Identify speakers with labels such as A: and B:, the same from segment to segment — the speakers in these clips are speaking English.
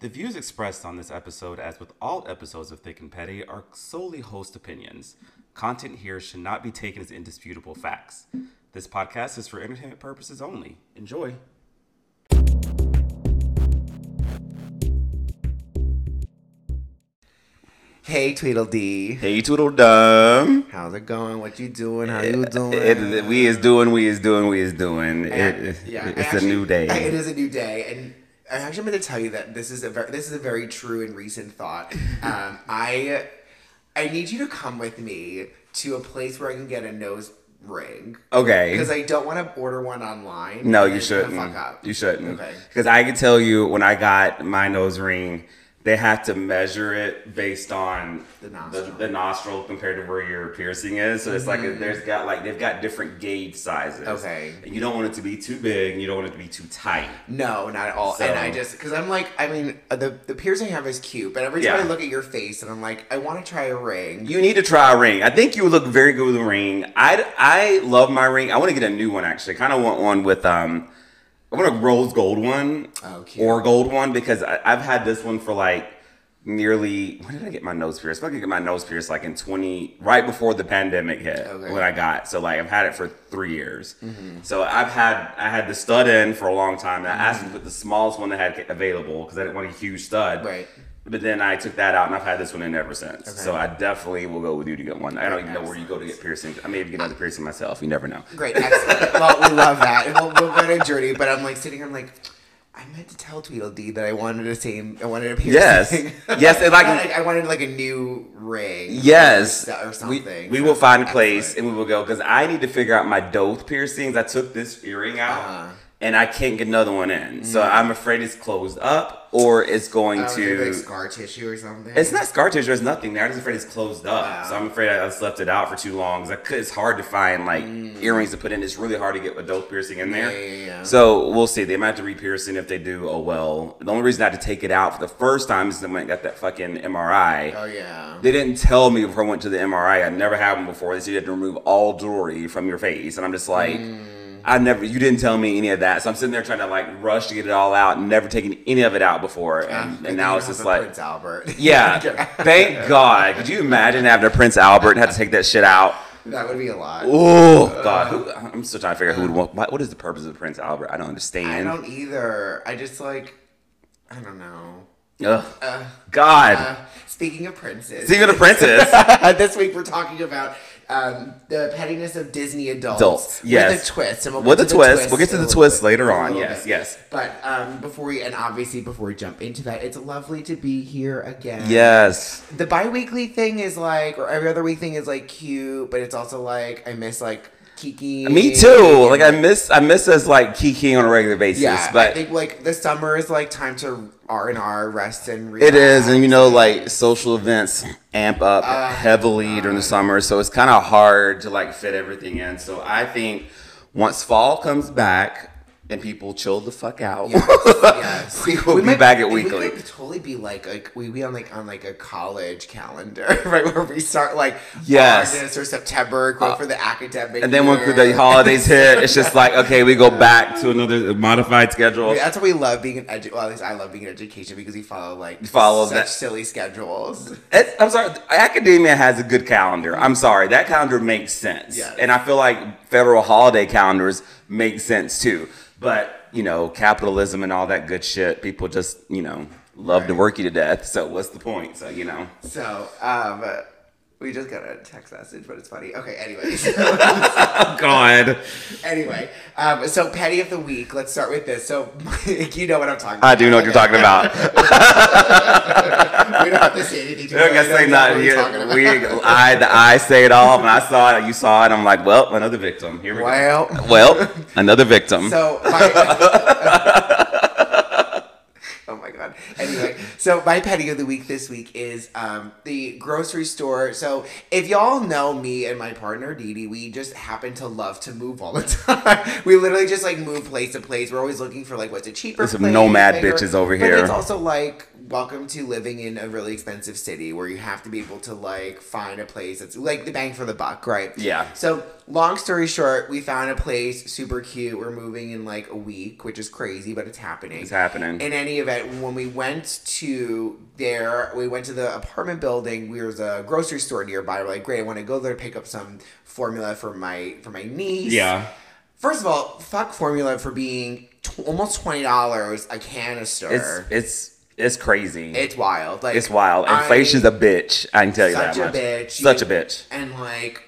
A: The views expressed on this episode, as with all episodes of Thick and Petty, are solely host opinions. Content here should not be taken as indisputable facts. This podcast is for entertainment purposes only. Enjoy.
B: Hey Tweedledee,
A: Hey, Toodledum.
B: how's it going? What you doing? How you doing?
A: It, we is doing, we is doing, we is doing. It,
B: Yeah, I
A: it's
B: actually-
A: a new day.
B: It is a new day, and I actually meant to tell you that this is a very this is a very true and recent thought. Um, I I need you to come with me to a place where I can get a nose ring
C: Okay.
B: because I don't want to order one online.
C: no,
B: and
C: you
B: it's gonna
C: shouldn't.
B: Fuck up.
C: You shouldn't.
B: Okay.
C: Because I can tell you when I got my nose ring, they had to measure it based on
B: The
C: the,
B: nostril. Mm-hmm.
C: the nostril compared to where your piercing is. So it's like there's got like they've got different gauge sizes.
B: Okay.
C: And you don't want it to be too big. And you don't want it to be too tight.
B: No, not at all.
C: So-
B: And I just because I'm like, I mean, uh, the the piercing I have is cute, but every time
C: Yeah.
B: I look at your face and I'm like, I want to try a ring.
C: You need to try a ring. I think you would look very good with a ring. I I love my ring. I want to get a new one actually. Kind of want one with um, I want a rose gold one
B: Oh, cute.
C: or gold one because I, I've had this one for like nearly. When did I get my nose pierced? I think I get my nose pierced like in twenty right before the pandemic hit
B: Okay. Mm-hmm.
C: when I got. So like I've had it for three years. So I've had I had the stud in for a long time. And I asked
B: Mm-hmm.
C: to put the smallest one they had available because I didn't want a huge stud.
B: Right.
C: But then I took that out and I've had this one in ever since. So
B: Okay.
C: I definitely will go with you to get one. I don't even know where you go to get piercings. I may even get another piercing myself. You never know.
B: Great, excellent. well, we love that. And we'll, we'll go on a journey. But I'm like sitting here, I'm like, I meant to tell Tweedledee that I wanted the same, I wanted a piercing.
C: Yes. Yes, and like-
B: Not I wanted like a new ring.
C: Yes.
B: Or
C: We,
B: something.
C: we will find a place
B: Excellent.
C: and we will go because I need to figure out my doth piercings. I took this earring out
B: Uh-huh. Mm.
C: and I can't get another one in. So I'm afraid it's closed up or it's going
B: Oh,
C: to.
B: like scar tissue or something.
C: It's not scar tissue. There's nothing there. I'm just afraid it's closed up.
B: Wow.
C: So I'm afraid I just left it out for too long. 'cause I could, it's hard to find like earrings to put in. It's really hard to get adult piercing in there.
B: Mm. Yeah, yeah, yeah.
C: So we'll see. They might have to re-pierce it. If they do, oh well. The only reason I had to take it out for the first time is when I got that fucking MRI.
B: Oh yeah.
C: They didn't tell me before I went to the MRI. I never had one before. They said you had to remove all jewelry from your face, and I'm just like,
B: Mm.
C: I never. You didn't tell me any of that, so I'm sitting there trying to like rush to get it all out, and never taking any of it out before,
B: Ah,
C: and,
B: good
C: and
B: thing
C: now
B: you
C: it's
B: don't
C: just
B: have a
C: like.
B: Prince Albert.
C: Yeah, thank God. Could you imagine having a Prince Albert and have to take that shit out?
B: that would be a lot.
C: Oh God, who, I'm still trying to figure out who would want. What, what is the purpose of Prince Albert? I don't
B: I
C: understand.
B: don't either. I just like, I don't know.
C: Ugh.
B: Uh,
C: God,
B: uh, speaking of princes.
C: speaking of princes,
B: this week we're talking about um, the pettiness of Disney adults.
C: Adults, yes.
B: With a twist. And we'll
C: With
B: get
C: a
B: to
C: twist. We'll get to
B: in
C: the
B: a little
C: twist
B: bit-
C: later
B: in a
C: on.
B: little
C: Yes,
B: bit.
C: yes.
B: But um, before we, and obviously before we jump into that, it's lovely to be here again.
C: yes,
B: The bi weekly thing is like, or every other week thing is like cute, but it's also like, I miss like Kiki.
C: me too. Like I miss, I miss us like kikiing on a regular basis,
B: Yeah, I
C: but
B: think like the summer is like time to R and R, rest and relax.
C: It is, and you know, like social events amp up
B: Uh,
C: heavily during the summer, so it's kind of hard to like fit everything in. So I think once fall comes back and people chill the fuck out,
B: yes.
C: we will be back at weekly.
B: We could totally be like a, we be on like on like a college calendar, right? Where we start like
C: Yes. Uh,
B: August or September, go for the academic,
C: and then when
B: year.
C: the holidays hit, it's just like okay, we go back to another modified schedule.
B: That's why we love being an edu- well, at least I love being in education because we follow like
C: follow
B: such
C: that-
B: silly schedules.
C: It's, I'm sorry, academia has a good calendar. I'm sorry, that calendar makes sense.
B: Yes.
C: And I feel like federal holiday calendars make sense too. But, you know, capitalism and all that good shit, people just, you know, love to work you to death. So what's the point? So, you know.
B: So um, we just got a text message, but it's funny. Okay, anyways.
C: Oh, God.
B: Anyway, um, so petty of the week. Let's start with this. So you know what I'm talking. about.
C: I do know what you're talking about.
B: We don't have to say anything. To
C: I
B: you.
C: guess
B: You know
C: say
B: exactly
C: not
B: what we're talking
C: here.
B: about.
C: We, I, the I say it all. When I saw it, you saw it. I'm like, well, another victim. Here we
B: Well,
C: go. Well, another victim.
B: so my, oh my god. Anyway, so my petty of the week this week is um, the grocery store. So if y'all know me and my partner Dee Dee, we just happen to love to move all the time. we literally just like move place to place. We're always looking for like what's a cheaper.
C: There's some
B: place,
C: nomad
B: bigger-
C: bitches over
B: But
C: here.
B: it's also like welcome to living in a really expensive city where you have to be able to like find a place that's like the bang for the buck, right?
C: Yeah.
B: So long story short, we found a place super cute. We're moving in like a week, which is crazy, but it's happening.
C: It's happening.
B: In any event, when we went to there, we went to the apartment building. We was a grocery store nearby. We're like, great, I want to go there to pick up some formula for my for my niece.
C: yeah.
B: First of all, fuck formula for being t- almost twenty dollars a canister.
C: It's it's it's crazy.
B: It's wild. Like
C: It's wild. Inflation's
B: I-
C: a bitch. I can tell you that
B: such a
C: much.
B: bitch.
C: Such a
B: You-
C: bitch.
B: and like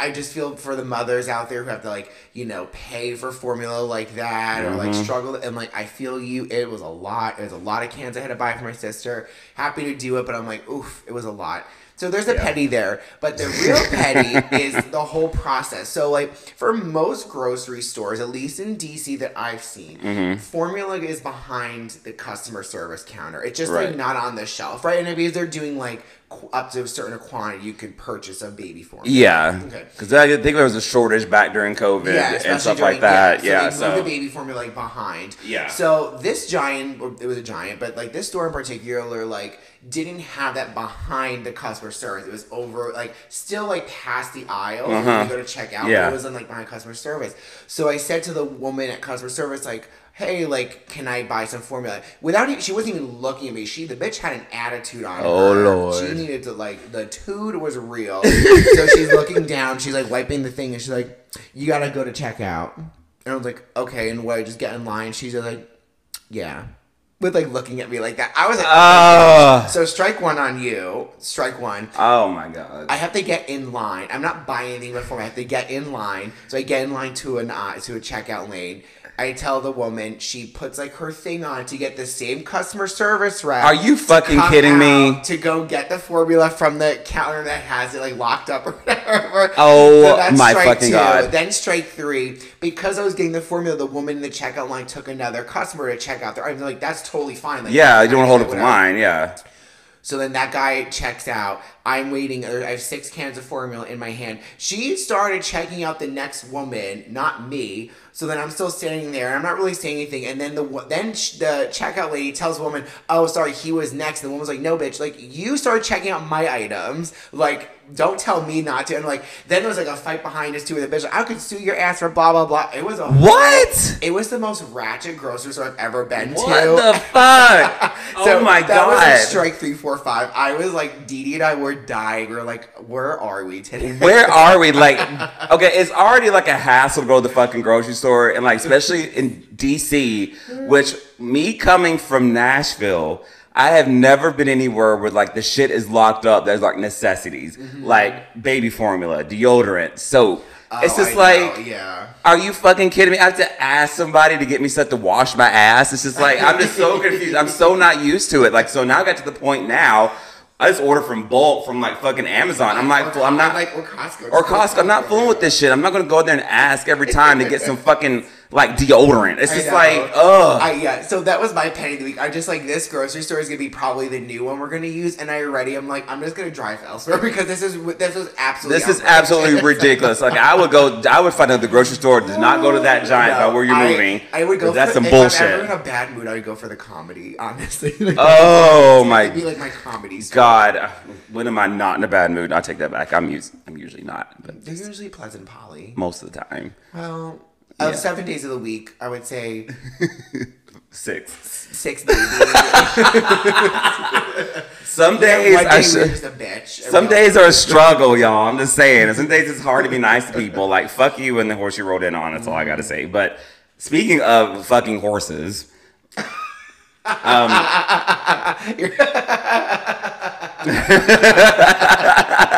B: I just feel for the mothers out there who have to like you know pay for formula like that or
C: Mm-hmm.
B: like struggle and like I feel you. It was a lot. It was a lot of cans I had to buy for my sister. Happy to do it, but I'm like, oof, it was a lot. So there's a petty there, but the real petty is the whole process. So like for most grocery stores, at least in DC that I've seen,
C: Mm-hmm.
B: formula is behind the customer service counter. It's just like
C: Right.
B: not on the shelf, right? And it means they're doing like qu- up to a certain quantity you can purchase of baby formula.
C: Yeah.
B: Okay.
C: Because I think there was a shortage back during COVID and
B: especially
C: stuff
B: during-
C: like that. Yeah.
B: so, they moved
C: So,
B: the baby formula like behind.
C: Yeah.
B: So this giant, or it was a giant, but like this store in particular, like didn't have that behind the customer service. It was over, like still like past the aisle when you go to check out.
C: Uh-huh. Yeah.
B: It was in like behind customer service. So I said to the woman at customer service, like. Hey, like, can I buy some formula? Without even, she wasn't even looking at me. She, the bitch, had an attitude on
C: Oh,
B: her.
C: Lord.
B: Uh, She needed to like the tood was real. so she's looking down, she's like wiping the thing, and she's like, "You gotta go to checkout." And I was like, "Okay." And what? Just get in line. She's just like, "Yeah," with like looking at me like that. I was like,
C: oh,
B: "So strike one on you. Strike one."
C: oh my God.
B: I have to get in line. I'm not buying anything before I have to get in line. So I get in line to an uh, to a checkout lane. I tell the woman she puts like her thing on to get the same customer service rep.
C: Are you
B: to
C: fucking
B: come
C: kidding me?
B: out To go get the formula from the counter that has it like locked up or whatever.
C: Oh my
B: strike
C: fucking God.
B: Then strike three because I was getting the formula. The woman in the checkout line took another customer to check out their. I'm like, that's totally fine. Like,
C: yeah.
B: that's
C: You don't want
B: fine,
C: to hold up the
B: whatever.
C: line. Yeah.
B: So then that guy checks out. I'm waiting. or I have six cans of formula in my hand. She started checking out the next woman, not me. So then I'm still standing there. I'm not really saying anything. And then the wo- then sh- the checkout lady tells the woman, "Oh, sorry, he was next." And the woman's like, "No, bitch. Like you started checking out my items. Like don't tell me not to." And like then there was like a fight behind us too with the bitch. Like, I could sue your ass for blah blah blah. It was a
C: What?
B: It was the most ratchet grocery store I've ever been
C: What
B: to.
C: the fuck?
B: So
C: oh my
B: that was like
C: God.
B: strike three, four, five. I was like, Dee Dee and I were dying. We were like, where are we today?
C: Where are we? Like, okay, it's already like a hassle to go to the fucking grocery store, and like especially in DC, which me coming from Nashville, I have never been anywhere where like the shit is locked up. There's like necessities, like baby formula, deodorant, soap. it's
B: Mm-hmm. Oh,
C: just
B: I know,
C: like,
B: yeah.
C: are you fucking kidding me? I have to ask somebody to get me stuff to wash my ass. It's just like I'm just so confused. I'm so not used to it. Like so now I got to the point now. I just order from bulk from like fucking Amazon. I'm like, well, I'm not
B: like or Costco.
C: or Costco. I'm not fooling with this shit. I'm not gonna go there and ask every time to get some fucking like deodorant. It's
B: I
C: just
B: know.
C: like, ugh.
B: I, yeah, so that was my penny of the week. I'm just like, this grocery store is gonna be probably the new one we're gonna use, and I already, I'm like, I'm just gonna drive elsewhere because this is this was absolutely
C: this is
B: outrageous.
C: absolutely ridiculous. Like I would go, I would find another grocery store. Do not go to that giant
B: No,
C: by where you're
B: I-
C: moving.
B: I would go.
C: That's
B: for,
C: some
B: if I'm ever in
C: bullshit.
B: a bad mood, I would go for the comedy. Honestly, like,
C: Oh
B: it'd be
C: my
B: like my comedy. store.
C: god. When am I not in a bad mood? I take that back. I'm us- I'm usually not, but
B: They're usually Pleasant Polly.
C: most of the time,
B: Well, Um, of
C: Yeah.
B: seven days of the week, I would say
C: six.
B: six maybe. One
C: Some days I
B: day we were
C: should.
B: just a bitch.
C: Some days are a struggle, y'all. I'm just saying. Some days it's hard to be nice to people. Like fuck you and the horse you rode in on. That's all I gotta say. But speaking of fucking horses, um,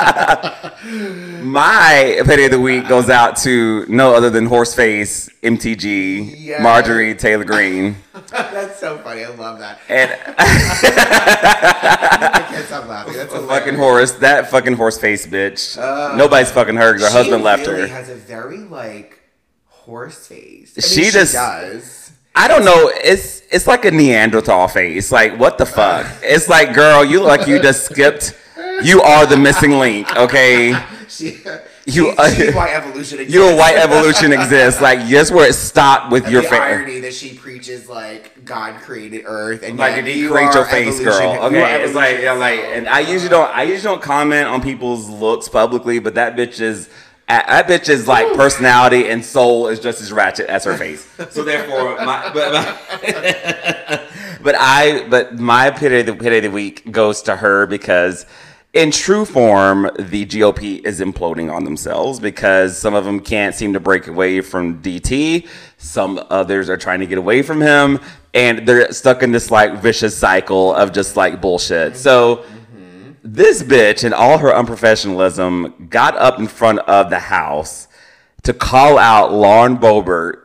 C: my petty of the week goes out to no other than Horseface MTG
B: Yes.
C: Marjorie Taylor Green.
B: That's so funny. I love that.
C: And
B: I can't stop laughing. That's a
C: fucking horse, that fucking horse face bitch. Nobody's fucking her. 'cause Her husband left her.
B: Has a very like horse face. I
C: She
B: mean,
C: just-
B: she does.
C: I don't know. It's it's like a Neanderthal face. Like what the fuck? It's like girl, you look like you just skipped. You are the missing link. Okay.
B: She
C: You,
B: She's- she's why evolution exists.
C: you know why evolution exists. Like just where it stopped with
B: And
C: your
B: the
C: favorite.
B: irony that she preaches like God created Earth and
C: Like
B: yet
C: did
B: you
C: you create
B: are
C: your face,
B: evolution-
C: girl?
B: you are
C: Okay, it's like yeah,
B: evolution.
C: like, and I usually don't, I usually don't comment on people's looks publicly, but that bitch is, that that bitch is like personality and soul is just as ratchet as her face. So therefore, my, but my- but I, but my pity of the pity of the week goes to her because. In true form, the GOP is imploding on themselves because some of them can't seem to break away from DT. Some others are trying to get away from him, and they're stuck in this like vicious cycle of just like bullshit. So this bitch and all her unprofessionalism got up in front of the house to call out Lauren Boebert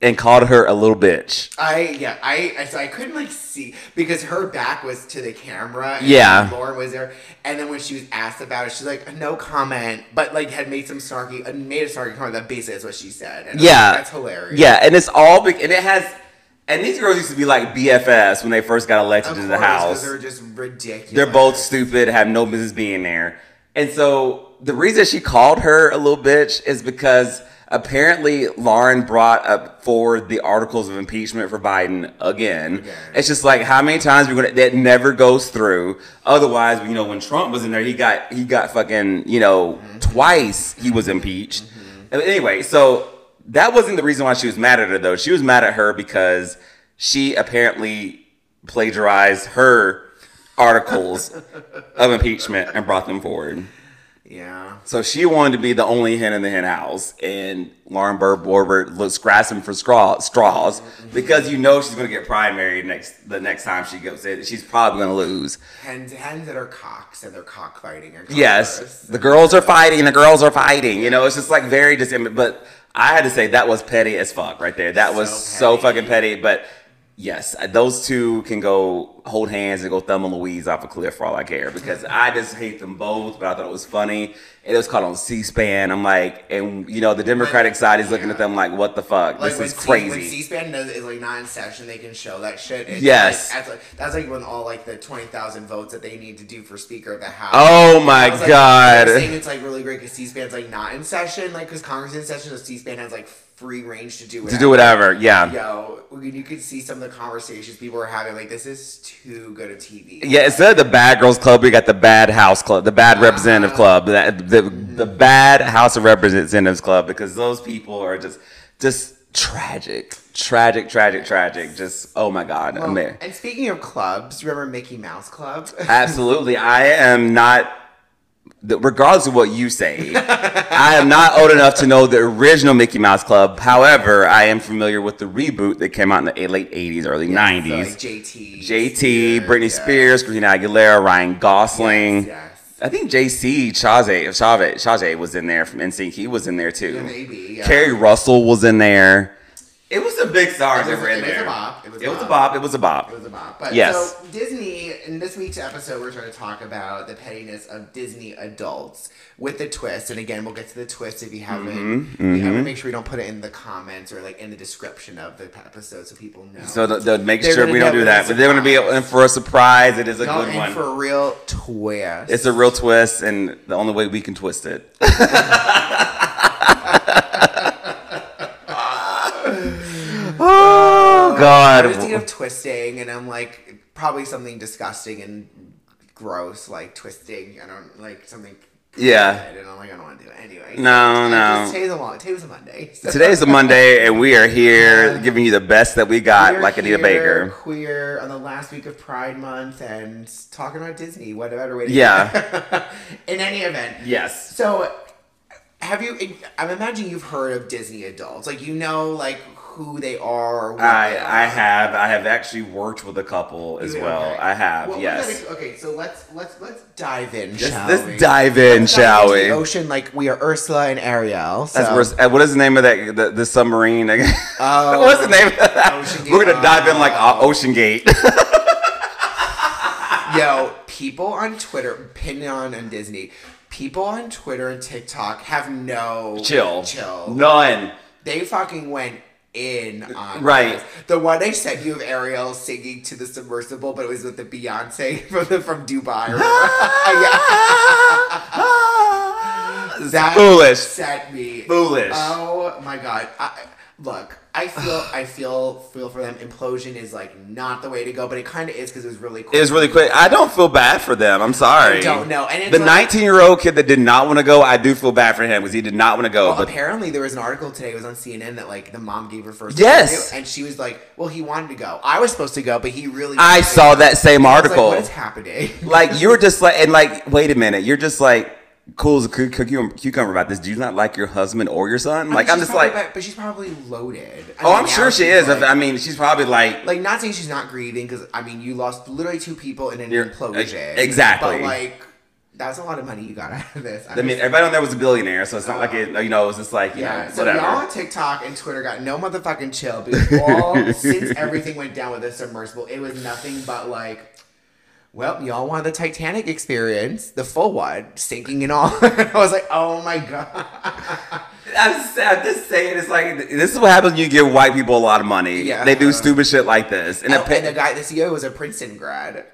C: and called her a little bitch.
B: I yeah I I- so I couldn't like see because her back was to the camera. And
C: Yeah.
B: Lauren was there, and then when she was asked about it, she's like no comment, but like had made some snarky uh, made a snarky comment that basically is what she said. And I was like,
C: Yeah,
B: that's hilarious.
C: Yeah, and it's all big, and it has. And these girls used to be like BFFs when they first got elected
B: of
C: to
B: course,
C: the
B: 'cause
C: house.
B: they're just ridiculous.
C: They're both stupid, have no business being there. And so the reason she called her a little bitch is because apparently Lauren brought up forward the articles of impeachment for Biden again. It's just like how many times we're gonna that never goes through. Otherwise, you know, when Trump was in there, he got he got fucking, you know, twice he was impeached. And Anyway, so that wasn't the reason why she was mad at her though. She was mad at her because she apparently plagiarized her articles of impeachment and brought them forward.
B: yeah.
C: So she wanted to be the only hen in the hen house, and Lauren Bur- Borbert looks grasping for straw- straws because you know she's going to get primary next the next time she goes in. She's probably going to lose.
B: Hens, hens that are cocks and they're cockfighting. are
C: Yes,
B: cockers.
C: the girls are fighting. The girls are fighting. You know, it's just like very just. But I had to say that was petty as fuck right there. That was so,
B: So petty.
C: fucking petty. But yes, those two can go hold hands and go thumb and Louise off a cliff for all I care because I just hate them both. But I thought it was funny. And it was caught on C-SPAN. I'm like, and you know, the Democratic side is looking at them like, what the fuck?
B: Like
C: this
B: when
C: is
B: C-
C: crazy.
B: when C-SPAN does, is like not in session, they can show that shit. It's
C: Yes.
B: like- that's, like, that's like when all like the twenty thousand votes that they need to do for Speaker of the House.
C: oh my
B: I was like-
C: god.
B: they're saying it's like really great because C-SPAN's like not in session, like because Congress is in session, so C-SPAN has like free range to do
C: to
B: whatever.
C: do whatever, yeah.
B: Yo, when you could see some of the conversations people are having. Like this is too good a TV.
C: Yeah, instead of the bad girls club, we got the bad house club, the bad
B: Ah.
C: representative club, the, the, the bad house of representatives club, because those people are just just tragic, tragic, tragic, tragic. Just oh my god, I'm
B: Well,
C: there.
B: and speaking of clubs, remember Mickey Mouse Club?
C: Absolutely, I am not. the- Regardless of what you say, I am not old enough to know the original Mickey Mouse Club. However, I am familiar with the reboot that came out in the eight- late '80s, early
B: So,
C: '90s.
B: like JT.
C: JT, Britney
B: yeah.
C: Spears, Christina Aguilera, Ryan Gosling.
B: Yes.
C: I think JC Chazé, Chazé, Chazé was in there from NSYNC. He was in there too.
B: Maybe. Yeah.
C: Carrie Russell was in there. It was a big star
B: It was- it was a bop. It was a
C: It was a
B: bop.
C: bop. It was a bop.
B: It was a bop. But
C: Yes.
B: so Disney in this week's episode we're going to talk about the pettiness of Disney adults with the twist. And again, we'll get to the twist if you haven't.
C: Mm-hmm,
B: We- I'm gonna make sure we don't put it in the comments or like in the description of the episode so people know.
C: So the, the, make
B: They're
C: sure
B: gonna
C: we don't
B: know
C: do
B: it's
C: that.
B: a
C: But they're going to be
B: surprise.
C: in for a surprise. It is a
B: Y'all
C: good
B: in
C: one.
B: for a real twist.
C: it's a real twist, and the only way we can twist it. oh God!
B: I'm just thinking of twisting, and I'm like probably something disgusting and gross, like twisting. I don't like something.
C: Yeah.
B: and I'm like I don't want to do it anyway.
C: No,
B: Just-
C: no.
B: Today's a long. Today's a Monday. so-
C: Today's a Monday, and we are here giving you the best that we got,
B: We're
C: like Anita
B: here,
C: Baker.
B: Queer on the last week of Pride Month and talking about Disney. What a better way to
C: Yeah.
B: In any event.
C: Yes.
B: So, have you? I'm imagining you've heard of Disney adults. Like you know, like who they are. Or what
C: I
B: they are.
C: I have I have actually worked with a couple as
B: You-
C: well.
B: okay.
C: I have
B: Well, we
C: yes.
B: gotta- okay, so let's let's let's dive in,
C: Let's,
B: shall
C: let's
B: we?
C: dive in,
B: Let's
C: shall
B: dive into
C: we?
B: The ocean, like we are Ursula and Ariel. So.
C: That's worse- uh, what is the name of that the, the submarine?
B: Oh.
C: What's the name? Of that?
B: Ocean
C: We're
B: Gate.
C: gonna dive in like uh, Ocean Gate.
B: Yo, people on Twitter, pinning on on Disney, people on Twitter and TikTok have no
C: Chill.
B: Chill.
C: None.
B: They fucking went in on
C: Right.
B: this. The one I sent you of Ariel singing to the submersible, but it was with the Beyonce from the, from Dubai. yeah. That
C: Foolish.
B: Set me
C: Foolish.
B: Oh my god. I, look, I feel, I feel, feel for them. Implosion is like not the way to go, but it kind of is because it was really cool.
C: It was really quick. I don't feel bad for them. I'm sorry.
B: I don't know. And it's
C: the
B: like-
C: 19 year old kid that did not want to go, I do feel bad for him because he did not want to go.
B: Well,
C: but
B: apparently there was an article today. It was on CNN that like the mom gave her first.
C: Yes.
B: interview, and she was like, "Well, he wanted to go. I was supposed to go, but he really."
C: I
B: wanted to
C: saw
B: go."
C: that same
B: I was like,
C: article.
B: what is happening?
C: like you were just like and like wait a minute you're just like cool as a cu- cu- cucumber about this do you not like your husband or your son like
B: She's
C: i'm just
B: probably
C: like
B: back- but she's probably loaded. I
C: oh
B: mean,
C: i'm
B: now
C: sure she is
B: she's, Like,
C: i mean she's probably like
B: like, not saying she's not grieving because I mean you lost literally two people in an
C: You're-
B: implosion.
C: ex- exactly.
B: But like, that's a lot of money you got out of this.
C: i mean everybody on there was a billionaire so it's not like it you know it's just like yeah,
B: Yeah, so
C: whatever
B: y'all on TikTok and Twitter got no motherfucking chill because all since everything went down with the submersible, it was nothing but like, well, y'all wanted the Titanic experience, the full one, sinking and all. I was like, oh my god.
C: I'm, just, I'm just saying it's like this is what happens when you give white people a lot of money
B: Yeah. uh-huh.
C: they do stupid shit like this and,
B: And,
C: it pa-
B: the guy, the CEO, was a Princeton grad.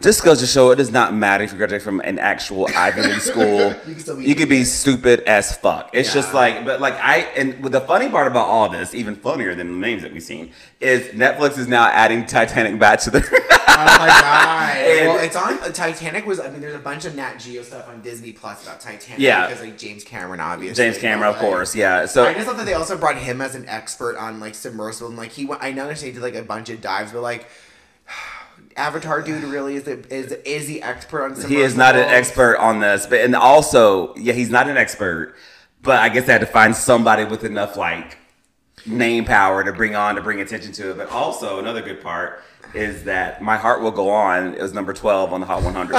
C: Just goes to show it does not matter if you graduate from an actual Ivy League school. you
B: You can still be
C: could be stupid as fuck. It's just
B: Yeah.
C: like, but like I, and the funny part about all this, even funnier than the names that we've seen, is Netflix is now adding Titanic back to their.
B: Oh my god!
C: And-
B: well, it's on uh, Titanic. Was I mean, there's a bunch of Nat Geo stuff on Disney Plus about Titanic.
C: Yeah.
B: because like James Cameron, obviously.
C: James Cameron, of
B: Like,
C: course. Yeah. So
B: I just thought that they also brought him as an expert on like submersible and like he went. I noticed he did like a bunch of dives, but like Avatar dude really is a, is is the expert on submersible?
C: he is not an expert on this, but and also, yeah, he's not an expert. But I guess they had to find somebody with enough like name power to bring on to bring attention to it. But also, another good part is that my heart will go on. It was number twelve on the Hot 100.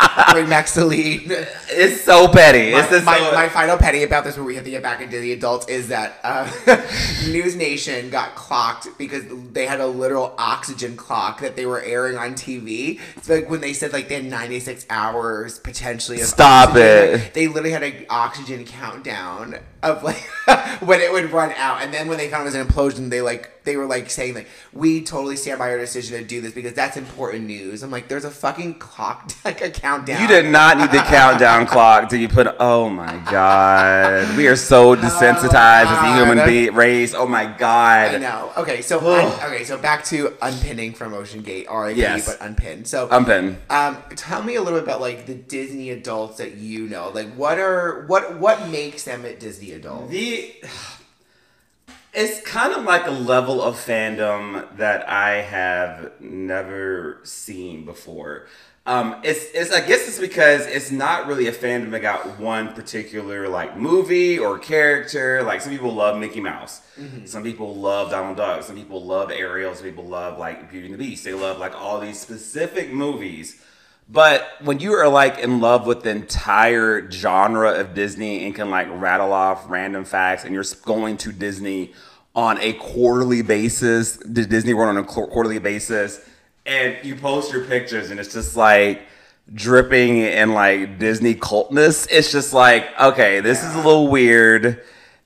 C: It's-
B: Bring back Celine.
C: it's so petty. it's
B: my,
C: just
B: my,
C: so-
B: my final petty about this, where we have to get back into the adults, is that uh, News Nation got clocked because they had a literal oxygen clock that they were airing on TV. So like when they said like they had 96 hours potentially. Of
C: Stop
B: oxygen,
C: it.
B: like, They literally had an oxygen countdown of like when it would run out, and then when they found it was an implosion, they like they were like saying like we totally stand by our decision to do this because that's important news. I'm like, there's a fucking clock, like a countdown.
C: you did not need the countdown clock till you put. Oh my god, we are so desensitized as a human
B: God.
C: be- race. Oh my
B: Ah, I
C: god,
B: know. Okay, so
C: Ugh.
B: okay, so back to unpinning from Ocean Gate, RIP,
C: Yes.
B: but unpinned. So,
C: I'm been.
B: um, tell me a little bit about like the Disney adults that you know. Like, what are what what makes them a Disney adult?
C: The it's kind of like a level of fandom that I have never seen before. Um, it's, it's I guess it's because it's not really a fandom that got one particular like movie or character. Like some people love Mickey Mouse, some people love Donald Duck, some people love Ariel, some people love like Beauty and the Beast. They love like all these specific movies. But when you are like in love with the entire genre of Disney and can like rattle off random facts, and you're going to Disney on a quarterly basis, to Disney World on a qu- quarterly basis, and you post your pictures, and it's just like dripping in like Disney cultness. It's just like, okay, this is a little weird.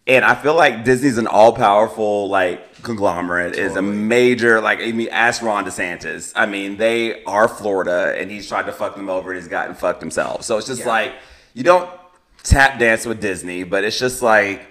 C: And I feel like Disney's an all powerful like conglomerate is a major like I mean ask Ron DeSantis. I mean, they are Florida and he's tried to fuck them over and he's gotten fucked himself. So it's just
B: Yeah.
C: like you don't tap dance with Disney, but it's just like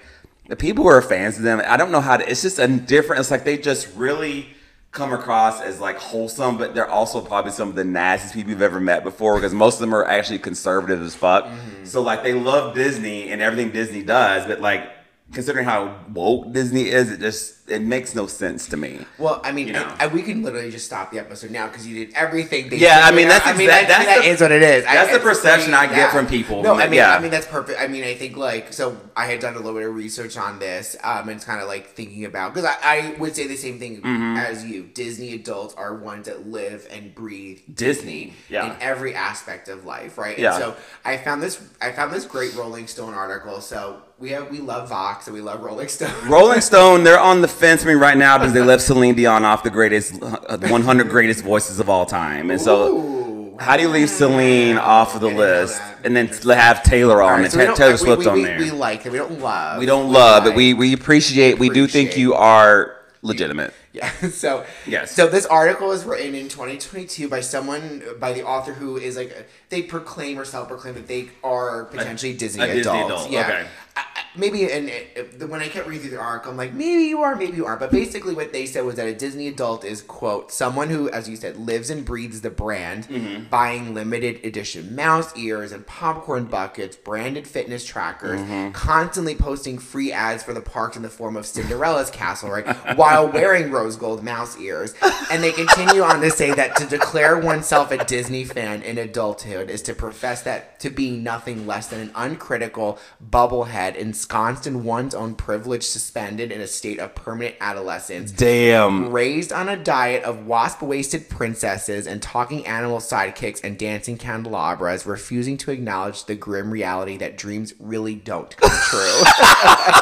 C: the people who are fans of them, I don't know how to it's just a different it's like they just really come across as like wholesome, but they're also probably some of the nastiest people you've ever met before because most of them are actually conservative as fuck. So like they love Disney and everything Disney does, but like considering how woke Disney is, it just it makes no sense to me.
B: Well, I mean,
C: You know.
B: I, I- we can literally just stop the episode now because you did everything. They
C: Yeah, I
B: said
C: mean,
B: there.
C: that's
B: I mean,
C: exact-
B: that-
C: that's
B: that
C: the-
B: is what it is. I-
C: that's the
B: it's
C: perception
B: pretty-
C: I get from people.
B: No, I mean,
C: Yeah.
B: I mean that's perfect. I mean, I think like so. I had done a little bit of research on this, um, and kind of like thinking about because I, I would say the same thing
C: Mm-hmm.
B: as you. Disney adults are ones that live and breathe
C: Disney, yeah.
B: in every aspect of life, right?
C: Yeah.
B: And so I found this. I found this great Rolling Stone article. So we have we love Vox and we love Rolling Stone.
C: Rolling Stone, they're on the fence me right now because they left Celine Dion off the greatest uh, 100 greatest voices of all time. And so
B: Ooh.
C: how do you leave Celine off of the
B: I didn't know
C: list
B: that.
C: and then have Taylor on
B: Alright,
C: it?
B: so we
C: Ta-
B: don't-
C: Taylor
B: we-
C: Swift
B: we,
C: on
B: we,
C: there.
B: We like it. We don't love.
C: We don't love, but
B: like.
C: we we appreciate. We do think
B: Appreciate.
C: you are legitimate.
B: Yeah. So
C: Yes.
B: So this article was written in 2022 by someone by the author who is like they proclaim or self-proclaim that they are potentially Disney
C: a Disney
B: adults.
C: adult,
B: Yeah.
C: okay.
B: I- I- Maybe and it- it- when I kept reading through the article, I'm like, maybe you are, maybe you aren't. But basically, what they said was that a Disney adult is quote someone who, as you said, lives and breathes the brand,
C: Mm-hmm.
B: buying limited edition mouse ears and popcorn buckets, branded fitness trackers,
C: Mm-hmm.
B: constantly posting free ads for the parks in the form of Cinderella's castle, right, while wearing rose gold mouse ears. And they continue on to say that to declare oneself a Disney fan in adulthood is to profess that to be nothing less than an uncritical bubblehead ensconced in one's own privilege, suspended in a state of permanent adolescence.
C: Damn.
B: Raised on a diet of wasp waisted princesses and talking animal sidekicks and dancing candelabras, refusing to acknowledge the grim reality that dreams really don't come true.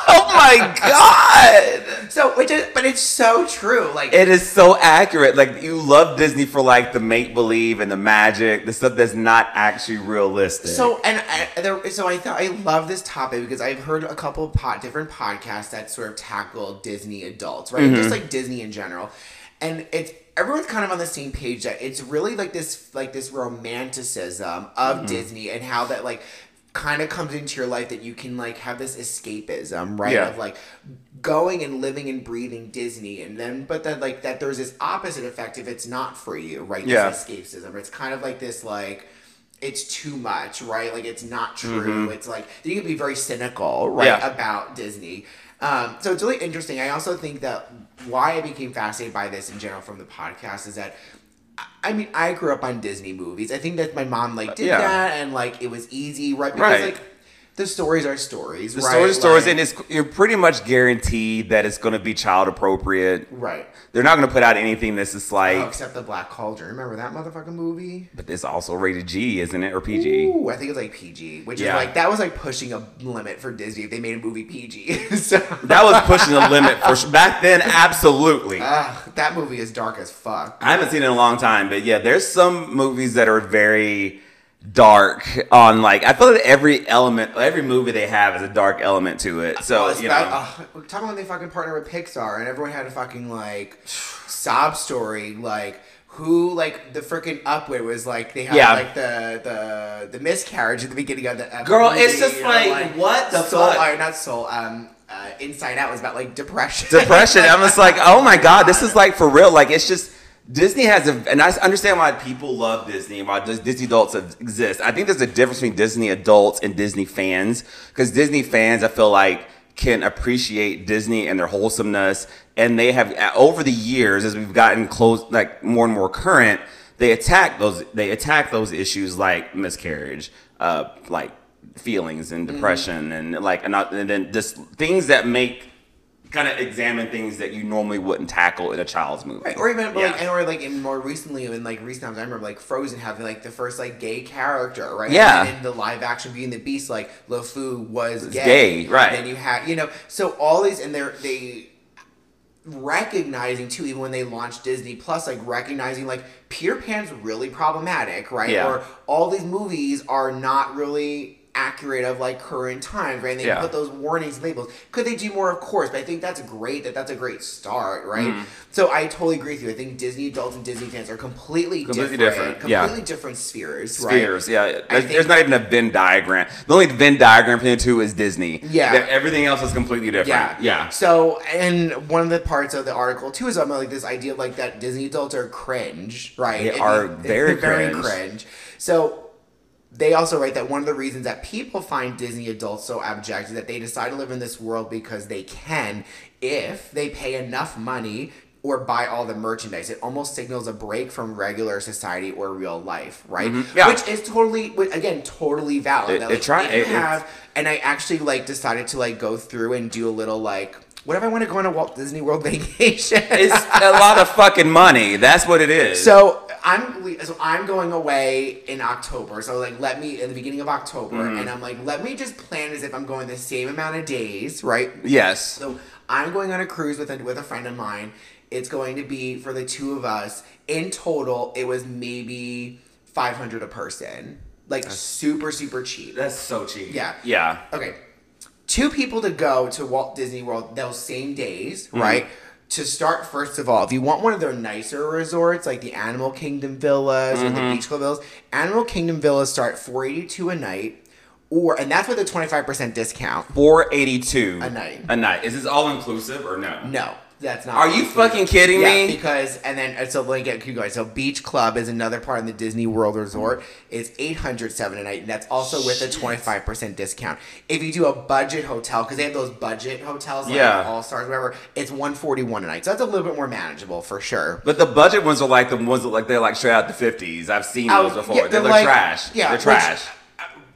C: Oh my god.
B: so, which is, but it's so true. Like,
C: It is so accurate. Like you love Disney for like the make believe and the magic, the stuff that's not actually realistic.
B: So and I, there, so I thought I love this topic because I've heard a couple of pot, different podcasts that sort of tackle Disney adults, right?
C: Mm-hmm.
B: Just like Disney in general, and it's everyone's kind of on the same page that it's really like this like this romanticism of
C: Mm-hmm.
B: Disney and how that like kind of comes into your life that you can like have this escapism, right?
C: Yeah.
B: Of like going and living and breathing Disney and then but then like that there's this opposite effect if it's not for you, right? This
C: Yeah.
B: escapism. It's kind of like this like it's too much, right? Like it's not true. It's like you can be very cynical, right,
C: Mm-hmm. Yeah.
B: about Disney. Um, so it's really interesting. I also think that why I became fascinated by this in general from the podcast is that I- I mean I grew up on Disney movies. I think that my mom like did
C: Uh, Yeah.
B: that and like it was easy, right? Because
C: Right.
B: like the stories are stories,
C: the
B: right?
C: story stores,
B: Like-
C: and it's you're pretty much guaranteed that it's going to be child appropriate.
B: right.
C: They're not going to put out anything that's just like,
B: Oh, except the Black Cauldron. Remember that motherfucking movie?
C: but it's also rated G, isn't it, or PG?
B: Ooh, I think it's like PG, which
C: Yeah.
B: is like that was like pushing a limit for Disney if they made a movie PG. so
C: That was pushing the limit for s- back then. Absolutely, I
B: Ugh, that movie is dark as fuck.
C: haven't seen it in a long time, but yeah, there's some movies that are very dark. On like, I feel that every element, every movie they have is a dark element to it. So
B: It's
C: you know,
B: about- ugh, we're talking when they fucking partner with Pixar and everyone had a fucking like sob story like who like the freaking upward was like they had
C: Yeah.
B: like the the the miscarriage at the beginning of the uh,
C: Girl, it's
B: movie,
C: just
B: you know,
C: like, what the
B: soul,
C: fuck?
B: or not soul um uh, Inside Out was about like depression
C: depression. I'm just like, oh my god, this is like for real. Like it's just Disney has a, and I understand why people love Disney and why Dis- Disney adults exist. I think there's a difference between Disney adults and Disney fans because Disney fans, I feel like, can appreciate Disney and their wholesomeness, and they have uh, over the years as we've gotten close, like more and more current, they attack those they attack those issues like miscarriage, uh, like feelings and depression and like and, not, and then just things that make kind of examine things that you normally wouldn't tackle in a child's movie.
B: Right, or even but,
C: yeah.
B: like, and or like in more recently in like recent times, I remember like Frozen having like the first like gay character, right?
C: Yeah.
B: And then in the live action Beauty and the Beast, like LeFou was gay,
C: gay, right.
B: then you had you know, so all these and they're they recognizing too, even when they launched Disney Plus, like recognizing like Peter Pan's really problematic, right?
C: Yeah.
B: Or all these movies are not really accurate of like current times, right? And they
C: Yeah.
B: put those warnings and labels. Could they do more? Of course, but I think that's great. That that's a great start, right?
C: Mm-hmm.
B: So I totally agree with you. I think Disney adults and Disney fans are completely,
C: Completely
B: different,
C: different, yeah.
B: completely different spheres, right?
C: Spheres, yeah. There's,
B: think-
C: there's not even a Venn diagram. The only Venn diagram between the two is Disney.
B: Yeah.
C: That- everything else is completely different.
B: Yeah,
C: yeah.
B: So, and one of the parts of the article too is about like this idea of like that Disney adults are cringe, right?
C: They
B: And
C: are
B: they-
C: very
B: very
C: cringe.
B: cringe. So, they also write that one of the reasons that people find Disney adults so abject is that they decide to live in this world because they can if they pay enough money or buy all the merchandise. It almost signals a break from regular society or real life, right?
C: Mm-hmm. Yeah.
B: Which is totally, wh- again, totally valid.
C: It-
B: that,
C: it
B: like,
C: try-
B: if you
C: it- it's-
B: have- and I actually like decided to like go through and do a little like, what if I want to go on a Walt Disney World vacation?
C: It's a lot of fucking money. That's what it is.
B: So I'm le- so I'm going away in October. So like let me in the beginning of October, and I'm like let me just plan as if I'm going the same amount of days, right?
C: yes.
B: So I'm going on a cruise with a with a friend of mine. It's going to be for the two of us. In total, it was maybe 500 a person. Like super super cheap.
C: That's so cheap.
B: Yeah.
C: Yeah. Mm-hmm.
B: Okay. Two people to go to Walt Disney World those same days, right? to start, first of all, if you want one of their nicer resorts, like the Animal Kingdom Villas or
C: Mm-hmm.
B: the Beach Club Villas, Animal Kingdom Villas start four eighty two a night, or and that's with a twenty five percent discount.
C: Four eighty two
B: A night.
C: A night. Is this all inclusive or no?
B: No, that's not.
C: Are you fucking kidding
B: Yeah,
C: me?
B: because and then uh, so let me get keep going. So Beach Club is another part of the Disney World Resort. It's eight hundred seven a night, and that's also with a twenty five percent discount. If you do a budget hotel, because they have those budget hotels, like
C: Yeah.
B: All Stars, whatever, it's one forty one a night. So that's a little bit more manageable for sure.
C: But the budget ones are like the ones that like they're like straight out the fifties. I've seen those
B: Oh,
C: before.
B: yeah,
C: they
B: they're
C: look
B: like-
C: trash.
B: yeah,
C: they're
B: which- uh,
C: trash.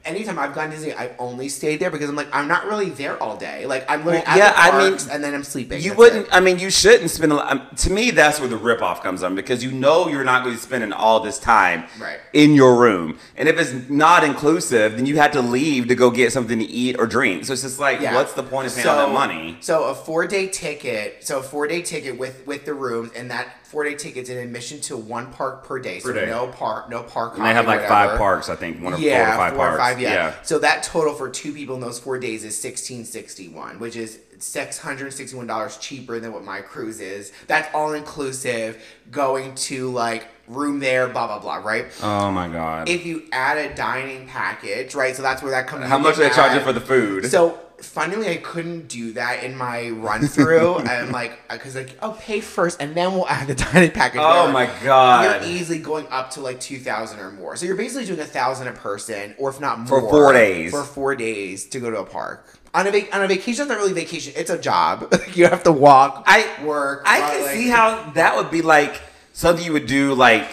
B: Anytime I've gone to Disney, I only stayed there because I'm like I'm not really there all day. Like I'm literally
C: Well,
B: at
C: yeah,
B: the
C: I mean,
B: parks and then I'm sleeping.
C: You
B: That's
C: wouldn't.
B: it.
C: I mean, you shouldn't spend. A lot, um, to me, that's where the ripoff comes on because you know you're not going to be spending all this time
B: Right.
C: in your room, and if it's not inclusive, then you have to leave to go get something to eat or drink. So it's just like,
B: Yeah.
C: what's the point of paying all that money?
B: So a four day ticket, so a four day ticket with with the rooms, and that four day ticket's an admission to one park per day. So
C: Per day.
B: no park, no park.
C: And they have
B: hopping,
C: like
B: whatever.
C: five parks, I think, one or
B: Yeah,
C: four or five
B: four
C: parks.
B: or five. Yeah.
C: yeah.
B: So that total for two people in those four days is sixteen sixty one, which is six hundred sixty one dollars cheaper than what my cruise is. That's all inclusive. Going to like room there, blah blah blah. Right.
C: Oh my god.
B: if you add a dining package, right? So that's where that comes.
C: How
B: in
C: much are they
B: at.
C: charging for the food?
B: So finally, I couldn't do that in my run through. I'm like, because like, oh, pay first, and then we'll add the dining package.
C: oh
B: Whatever.
C: my god.
B: You're easily going up to like two thousand or more. So you're basically doing a thousand a person, or if not
C: For
B: more,
C: four days.
B: For four days to go to a park on a vac- on a vacation. It's not really vacation. It's a job. you have to walk.
C: I-
B: work.
C: I
B: uh,
C: can
B: like-
C: see how that would be like something you would do like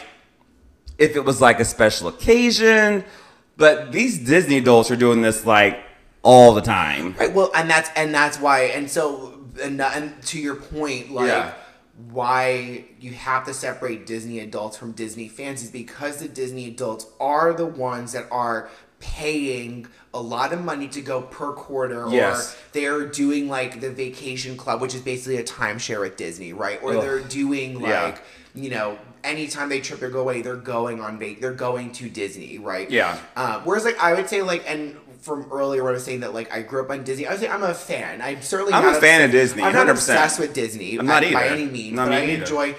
C: if it was like a special occasion, but these Disney adults are doing this like all the time.
B: Right. Well, and that's and that's why. And so, and, and to your point, like
C: Yeah.
B: why you have to separate Disney adults from Disney fans is because the Disney adults are the ones that are paying a lot of money to go per quarter
C: Yes.
B: or they're doing like the vacation club which is basically a timeshare with disney right or
C: Ugh.
B: they're doing like
C: Yeah.
B: you know anytime they trip or go away they're going on vac- they're going to disney right
C: Yeah.
B: uh, whereas, like, I would say, like, and from earlier when I was saying that, like, I grew up on Disney, I would say I'm a fan. I'm certainly
C: I'm
B: not
C: a fan of
B: obsessed-
C: Disney,
B: I'm not
C: 100%.
B: obsessed with Disney.
C: I'm not
B: uh, by
C: either.
B: any means,
C: Not
B: but
C: me
B: I
C: neither.
B: enjoy.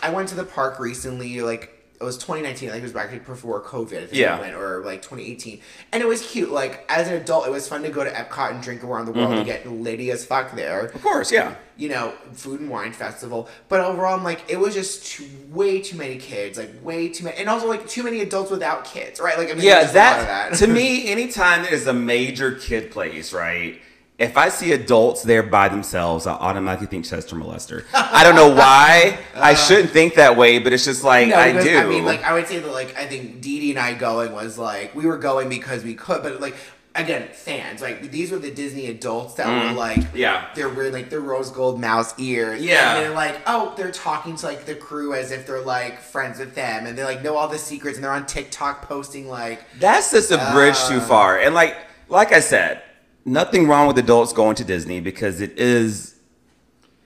B: I went to the park recently, like. It was 2019. I think it was back before COVID. I think
C: Yeah.
B: we went, or like 2018, and it was cute. Like as an adult, it was fun to go to Epcot and drink around the
C: Mm-hmm.
B: world and get litty as fuck there
C: Of course, yeah.
B: you know, food and wine festival. But overall, I'm like, it was just too, way too many kids, like way too many, and also like too many adults without kids, right? Like, I mean,
C: Yeah,
B: there's a lot of
C: that to me, anytime there's a major kid place, right? If I see adults there by themselves, I automatically think Chester Molester. I don't know why. I shouldn't think that way, but it's just like
B: No,
C: I
B: because,
C: do.
B: I mean, like, I would say that, like, I think Dee Dee and I going was like, we were going because we could, but like, again, fans. Like, these were the Disney adults that were like,
C: Mm, Yeah.
B: they're wearing like their rose gold mouse ears.
C: Yeah.
B: And they're like, oh, they're talking to like the crew as if they're like friends with them, and they like know all the secrets, and they're on TikTok posting like,
C: That's just a bridge too far. And like like I said, nothing wrong with adults going to Disney because it is.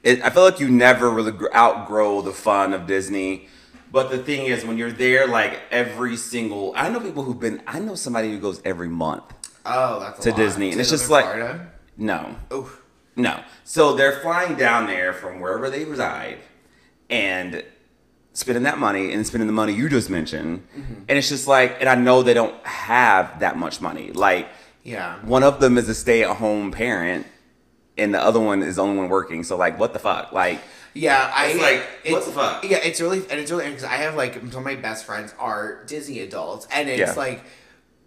C: It, I feel like you never really gr- outgrow the fun of Disney. But the thing is, when you're there, like every single, I know people who've been. I know somebody who goes every month.
B: oh, that's a
C: To
B: lot.
C: Disney, and it's
B: Northern
C: just like-
B: Florida.
C: No,
B: Oof.
C: no. So they're flying down there from wherever they reside, and spending that money and spending the money you just mentioned, and it's just like, and I know they don't have that much money. Like
B: Yeah.
C: one of them is a stay-at-home parent and the other one is the only one working so like what the fuck like
B: Yeah, I
C: It's like, what the fuck?
B: Yeah, it's really and it's really because I have like some of my best friends are Disney adults, and it's
C: Yeah.
B: like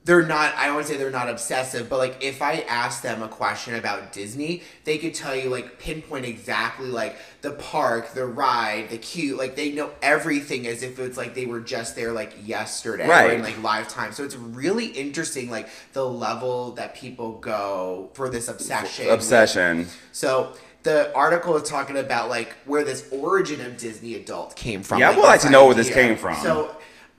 B: they're not. I would say they're not obsessive, but like if I asked them a question about Disney, they could tell you like pinpoint exactly like the park, the ride, the queue. Like they know everything as if it's like they were just there like yesterday, or
C: Right.
B: in, like live time. So it's really interesting, like the level that people go for this obsession.
C: obsession
B: So the article is talking about like where this origin of Disney adult came from.
C: Yeah, I
B: like,
C: would like
B: this
C: to know where this
B: idea.
C: came from.
B: So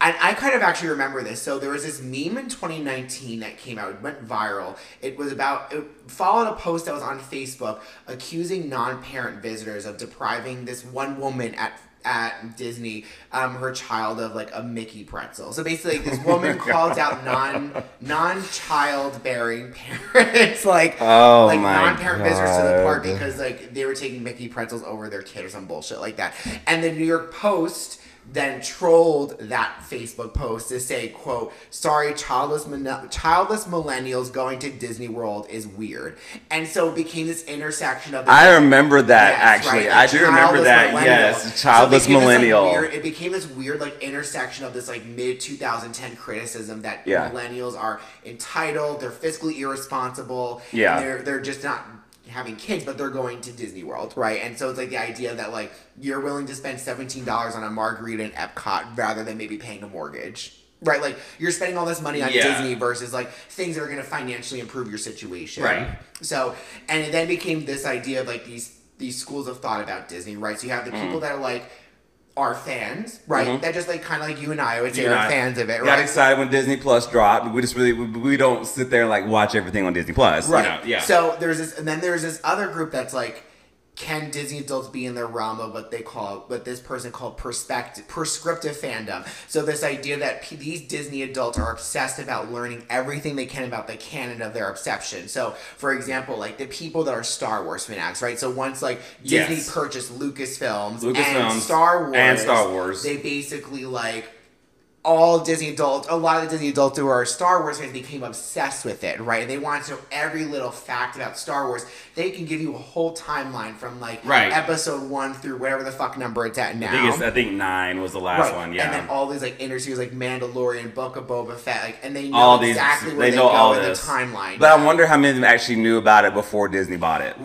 B: And I kind of actually remember this. So there was this meme in 2019 that came out, it went viral. It was about, it followed a post that was on Facebook accusing non parent visitors of depriving this one woman at at Disney um, her child of like a Mickey pretzel. So basically, this
C: Oh
B: woman calls out non non child bearing parents, like
C: Oh
B: like
C: my
B: non parent visitors to the park
C: God.
B: because like they were taking Mickey pretzels over their kid or some bullshit like that. And the New York Post then trolled that Facebook post to say, "quote Sorry, childless min- childless millennials going to Disney World is weird," and so it became this intersection of.
C: I remember that
B: Yes,
C: actually.
B: right,
C: I
B: the
C: do remember
B: childless
C: that.
B: millennial. So
C: Yes,
B: it
C: childless
B: became this, like,
C: millennial.
B: weird- it became this weird like intersection of this like mid 2010 criticism that
C: Yeah.
B: millennials are entitled, they're fiscally irresponsible, and
C: Yeah.
B: they're they're just not having kids, but they're going to Disney World, right? And so it's like the idea that like you're willing to spend seventeen dollars on a margarita in Epcot rather than maybe paying a mortgage. Right, like you're spending all this money on
C: Yeah.
B: Disney versus like things that are going to financially improve your situation.
C: Right.
B: So, and it then became this idea of like these these schools of thought about Disney, right? So you have the people that are like are fans, right? That just like kind of like you and I would say
C: You
B: are
C: know,
B: fans of it,
C: Got
B: right?
C: excited when Disney Plus dropped. We just really we, we don't sit there and like watch everything on Disney Plus. you
B: Right.
C: know? Yeah.
B: So there's this, and then there's this other group that's like, can Disney adults be in the realm of what they call, what this person called perspective, prescriptive fandom? So this idea that p- these Disney adults are obsessed about learning everything they can about the canon of their obsession. So, for example, like the people that are Star Wars fanatics, right? So once like Disney
C: Yes.
B: purchased Lucasfilms,
C: Lucasfilms
B: and Star Wars,
C: and Star Wars.
B: they basically like all Disney adults, a lot of the Disney adults who are Star Wars fans became obsessed with it, right? They want to know every little fact about Star Wars. They can give you a whole timeline from like
C: Right.
B: episode one through whatever the fuck number it's at now.
C: I think, it's, I think nine was the last
B: Right.
C: one. Yeah.
B: And then all these like inner series like Mandalorian, Book of Boba Fett, like and they know
C: all these
B: exactly where
C: they
B: they,
C: know
B: go
C: all
B: in
C: this
B: the timeline.
C: But I wonder how many of them actually knew about it before Disney bought it.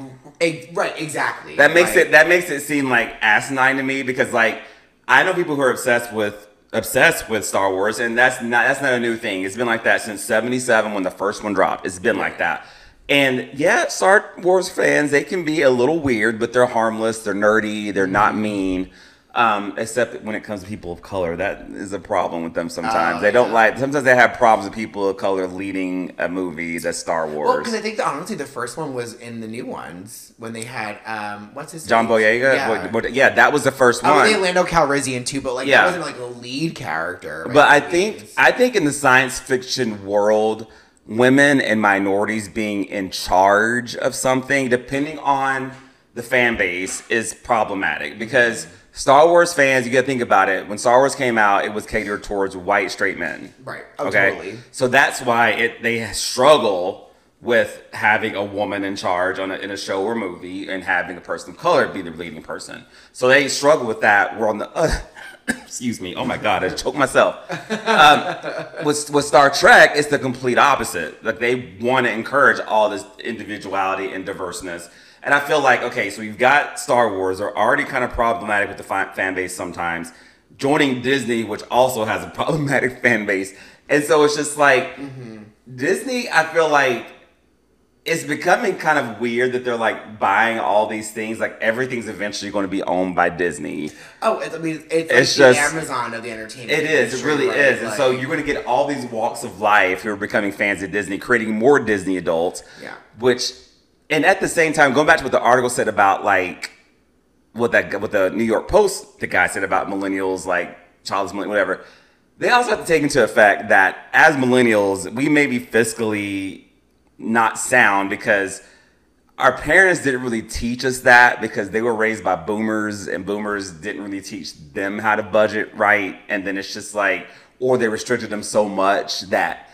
B: Eh, right, exactly.
C: That makes
B: right.
C: it that makes it seem like asinine to me because like I know people who are obsessed with obsessed with Star Wars and that's not that's not a new thing. It's been like that since 77 when the first one dropped. It's been like that. And yeah, Star Wars fans, they can be a little weird, but they're harmless, they're nerdy, they're
B: Mm-hmm.
C: not mean. Um, except when it comes to people of color, that is a problem with them sometimes.
B: Oh,
C: they don't
B: yeah.
C: like sometimes they have problems with people of color leading a movie that's Star
B: Well,
C: Wars.
B: because I think the, honestly the first one was in the new ones when they had um what's his
C: John
B: name?
C: Boyega,
B: Yeah. Oh,
C: What- what- yeah, that was the first
B: I
C: one.
B: was the Orlando Calrissian too, but like
C: Yeah.
B: that wasn't like a lead character. by
C: But I
B: any
C: think
B: means.
C: I think in the science fiction world, women and minorities being in charge of something, depending on the fan base, is problematic because Star Wars fans, you got to think about it. When Star Wars came out, it was catered towards white straight men.
B: right. Oh,
C: okay,
B: totally.
C: so that's why it they struggle with having a woman in charge on a, in a show or movie and having a person of color be the leading person. So they struggle with that. We're on the excuse me. Oh my god, I choked myself. Um, with with Star Trek, it's the complete opposite. Like they want to encourage all this individuality and diverseness. And I feel like okay, so you've got Star Wars are already kind of problematic with the fi- fan base sometimes. Joining Disney, which also has a problematic fan base, and so it's just like Disney. I feel like it's becoming kind of weird that they're like buying all these things. Like everything's eventually going to be owned by Disney.
B: Oh, it's, I mean, it's,
C: It's
B: like
C: just-
B: the Amazon of the entertainment.
C: It is. It
B: industry,
C: really
B: right?
C: is. And
B: Like-
C: so you're going to get all these walks of life who are becoming fans of Disney, creating more Disney adults.
B: Yeah.
C: Which, and at the same time, going back to what the article said about like what that what the New York Post the guy said about millennials, like child's millennial, whatever. They also have to take into effect that as millennials, we may be fiscally not sound because our parents didn't really teach us that because they were raised by boomers and boomers didn't really teach them how to budget right and then it's just like or they restricted them so much that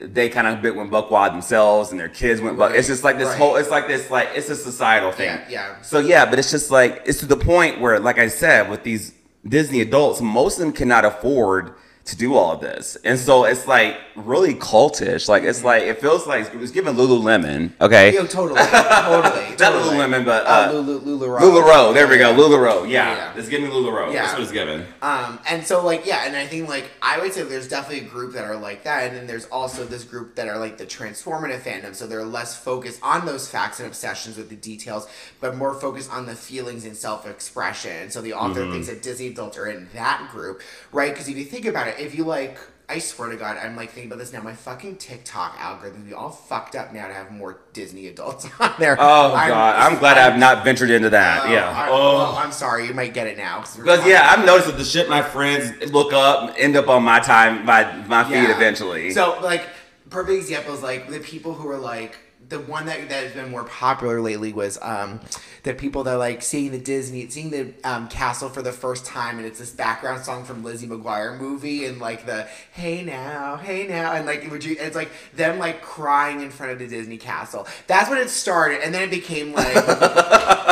C: they kind of bit went buck wild themselves and their kids went buck it's just like this
B: Right,
C: whole it's like this like it's a societal thing
B: Yeah, yeah.
C: so yeah but it's just like it's to the point where like i said with these disney adults most of them cannot afford to do all of this and so it's like really cultish like it's like it feels like it was given lululemon okay
B: Yo, totally, totally,
C: not
B: totally.
C: Lululemon, but
B: Oh,
C: uh,
B: Lulu, Lulu,
C: LuLaRoe. There we go, LuLaRoe. Yeah,
B: Yeah.
C: let's give me LuLaRoe.
B: Yeah.
C: That's what it's given.
B: Um, and so like yeah, and I think like I would say there's definitely a group that are like that, and then there's also this group that are like the transformative fandom. So they're less focused on those facts and obsessions with the details, but more focused on the feelings
C: Mm-hmm.
B: and self expression. So the author thinks that Disney adults are in that group, right? Because if you think about it, if you like, I swear to God, I'm like thinking about this now. My fucking TikTok algorithm is all fucked up now to have more Disney adults on there.
C: Oh God, I'm glad I've not ventured into that.
B: Oh,
C: yeah.
B: I,
C: oh.
B: well, I'm sorry. You might get it now. we're
C: Because
B: talking
C: yeah,
B: about
C: I've noticed that the shit my friends look up end up on my time, my my feed
B: Yeah.
C: eventually.
B: So like perfect examples, like the people who are like the one that that has been more popular lately was um the people that are like seeing the Disney seeing the um, castle for the first time and it's this background song from Lizzie McGuire movie and like the hey now, hey now and like would you it's like them like crying in front of the Disney castle. That's when it started and then it became like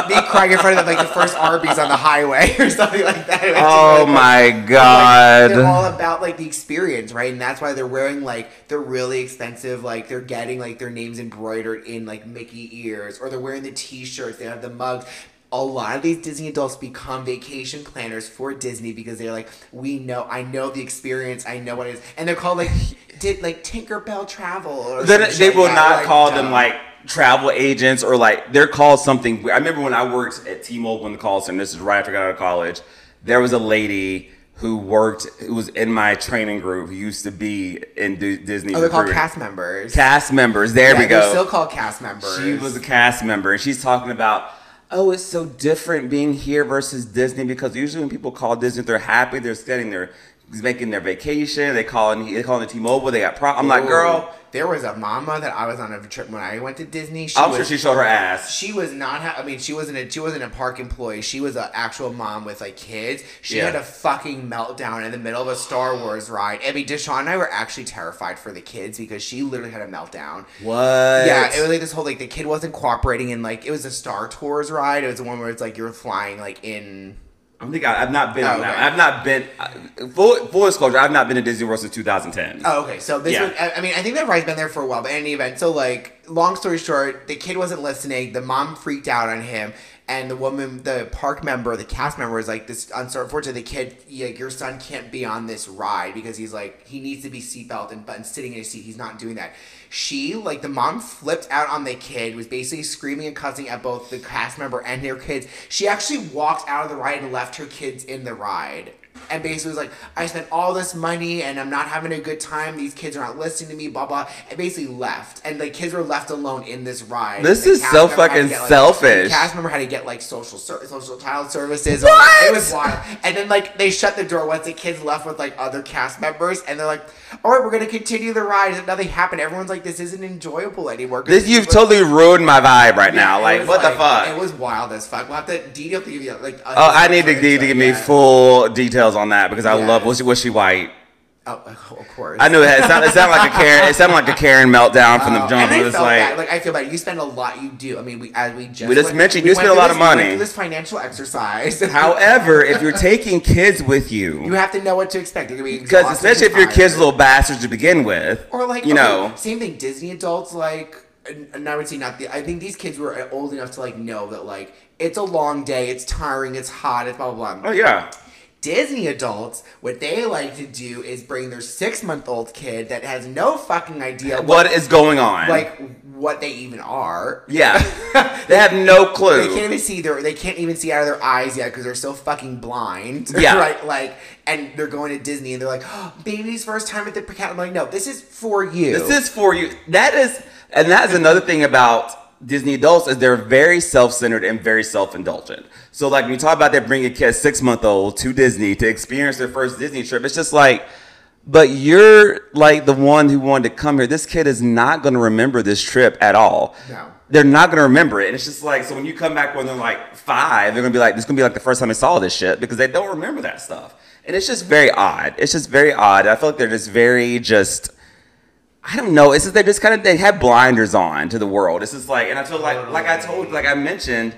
B: me crying in front of like the first Arby's on the highway or something like that. It went to,
C: oh
B: like,
C: my
B: like,
C: God.
B: they're all about like the experience, right? And that's why they're wearing like they're really expensive, like they're getting like their names embroidered in like Mickey ears, or they're wearing the T-shirts. They have the mugs. A lot of these Disney adults become vacation planners for Disney because they're like, we know, I know the experience, I know what it is, and they're called like, did like Tinkerbell Travel. Or
C: Then
B: some
C: they
B: shit
C: will
B: like that,
C: not
B: like,
C: call
B: dumb.
C: them like travel agents or like they're called something. weird. I remember when I worked at T-Mobile in the call center. This is right after I got out of college. There was a lady who worked who was in my training group who used to be in D- Disney.
B: Oh, they're called
C: recruiting.
B: cast members.
C: Cast members. There
B: Yeah,
C: we go.
B: They're still called cast members.
C: She was a cast member, and she's talking about, oh, it's so different being here versus Disney because usually when people call Disney, they're happy, they're setting their, making their vacation, they call in, they call in T-Mobile, they got problem. I'm like, girl,
B: Ooh, there was a mama that I was on a trip when I went to Disney. She
C: I'm
B: was,
C: sure she showed her ass.
B: she was not. Ha- I mean, she wasn't. A, she wasn't a park employee. She was an actual mom with like kids. She
C: Yeah.
B: had a fucking meltdown in the middle of a Star Wars ride. I mean, Deshaun and I were actually terrified for the kids because she literally had a meltdown.
C: What?
B: Yeah, it was like this whole like the kid wasn't cooperating and like it was a Star Tours ride. It was the one where it's like you're flying like in
C: I'm thinking I- I've not been
B: Oh,
C: on
B: okay.
C: that. I've not been I- full, full disclosure. I've not been to Disney World since 2010.
B: Oh, okay. So this,
C: Yeah.
B: was, I I mean, I think that ride's been there for a while. But in any event, so like, long story short, the kid wasn't listening. The mom freaked out on him, and the woman, the park member, the cast member, was like, "This unfortunately, the kid, like, your son can't be on this ride because he's like, he needs to be seatbelt and button sitting in his seat. He's not doing that." She, like, the mom flipped out on the kid, was basically screaming and cussing at both the cast member and their kids. She actually walked out of the ride and left her kids in the ride and basically was like, I spent all this money and I'm not having a good time. These kids are not listening to me, blah blah. And basically left, and like kids were left alone in this ride.
C: This
B: The
C: is
B: cast
C: so
B: member had to
C: fucking
B: get, like-
C: selfish.
B: the cast member had to get like social ser- social child services. Or, like, it was wild. And then like they shut the door once the kids left with like other cast members, and they're like, all right, we're gonna continue the ride. And nothing happened. Everyone's like, this isn't enjoyable anymore. 'Cause
C: This
B: it
C: you've
B: was-
C: totally ruined my vibe right
B: yeah,
C: now.
B: it
C: Like,
B: was,
C: what the
B: like-
C: fuck?
B: It was wild as fuck. We'll have to. Do you have to give you like? a-
C: Oh, I need to,
B: Yeah.
C: need to give me full details on that because I
B: Yeah.
C: love was she was she white?
B: Oh, of course.
C: I knew it. It sounded, it sounded like a Karen. It sounded like a Karen meltdown from the
B: Oh,
C: jump.
B: and I
C: It was
B: felt
C: like,
B: bad. like I feel bad. You spend a lot. You do. I mean, we as we just
C: We just
B: went-
C: mentioned
B: we
C: you
B: went
C: spend a
B: through
C: lot
B: this-
C: of
B: we went
C: money.
B: through This financial exercise.
C: however, if you're taking kids with
B: you
C: you,
B: have to know what to expect. You're gonna be
C: because
B: exhausted
C: especially if
B: and
C: your kids
B: tired.
C: little bastards to begin with,
B: or like
C: you
B: okay,
C: know,
B: same thing. Disney adults like, and and I would say not the. I think these kids were uh, old enough to like know that like it's a long day. It's tiring. It's hot. It's blah blah blah.
C: oh yeah,
B: Disney adults, what they like to do is bring their six month old kid that has no fucking idea
C: what is going on?
B: like what they even are.
C: yeah, they have no
B: They
C: clue.
B: can't even see their. They can't even see out of their eyes yet because they're so fucking blind.
C: Yeah.
B: right. Like, and they're going to Disney and they're like, oh, "Baby's first time at the cat." I'm like, "No, this is for you."
C: This is for you. That is, and that's another thing about Disney adults is they're very self-centered and very self-indulgent. So like when you talk about that bringing a kid six-month-old to Disney to experience their first Disney trip, it's just like, but you're like the one who wanted to come here. This kid is not going to remember this trip at all.
B: No.
C: They're not going to remember it. And it's just like, so when you come back when they're like five, they're going to be like, this is going to be like the first time they saw this shit because they don't remember that stuff. And it's just very odd. It's just very odd. I feel like they're just very just, I don't know. It's just they just kind of they have blinders on to the world. It's just like, and I feel like, like I told, like I mentioned,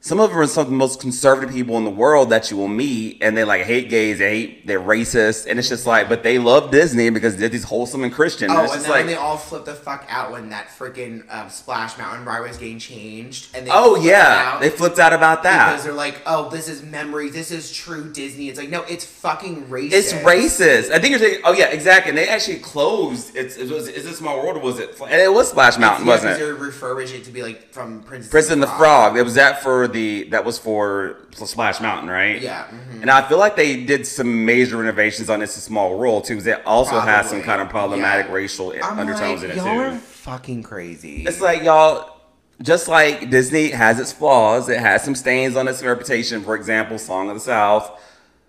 C: some of them are some of the most conservative people in the world that you will meet, and they like hate gays, they hate, they're racist, and it's just like, but they love Disney because Disney's wholesome and Christian.
B: Oh,
C: it's
B: and
C: just
B: then
C: like,
B: when they all flip the fuck out when that freaking um, Splash Mountain ride was getting changed, and they
C: oh
B: flip
C: yeah,
B: out
C: they flipped out about
B: because
C: that.
B: they're like, "Oh, this is memory. This is true Disney." It's like, no, it's fucking racist.
C: It's racist. I think you're thinking, oh yeah, exactly. And they actually closed. It's it was is this my world or was it? And it was Splash Mountain,
B: Yeah, 'cause
C: wasn't it?
B: They're refurbishing it to be like from Princess
C: Princess and the Frog. It was that for the that was for Splash Mountain, right?
B: Yeah. mm-hmm.
C: And I feel like they did some major renovations on It's a Small World too, because it also has some
B: Probably.
C: kind of problematic
B: Yeah.
C: racial
B: I'm
C: undertones
B: like,
C: in it
B: y'all
C: too.
B: are fucking crazy.
C: It's like y'all, just like Disney has its flaws, it has some stains on its reputation. For example, Song of the South,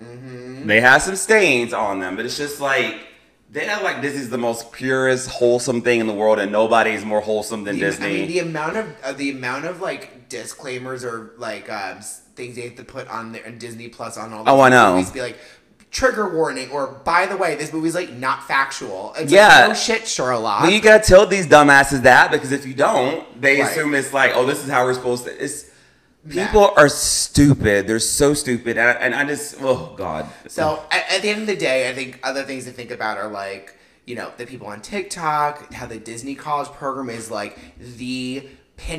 B: Mm-hmm.
C: they have some stains on them, but it's just like they act like Disney's the most purest, wholesome thing in the world, and nobody's more wholesome than
B: The-
C: Disney.
B: I mean, the amount of uh, the amount of like disclaimers or like um, s- things they have to put on there and Disney Plus on all. These
C: Oh, I know.
B: Movies, be like trigger warning or by the way, this movie's like not factual. It's
C: Yeah.
B: Like, no shit, Sherlock.
C: Well, you gotta tell these dumbasses that because if you don't, they
B: Right.
C: assume it's like, oh, this is how we're supposed to. It's people are stupid. They're so stupid, and I, and I just, oh god.
B: So at, at the end of the day, I think other things to think about are like, you know, the people on TikTok, how the Disney College program is like the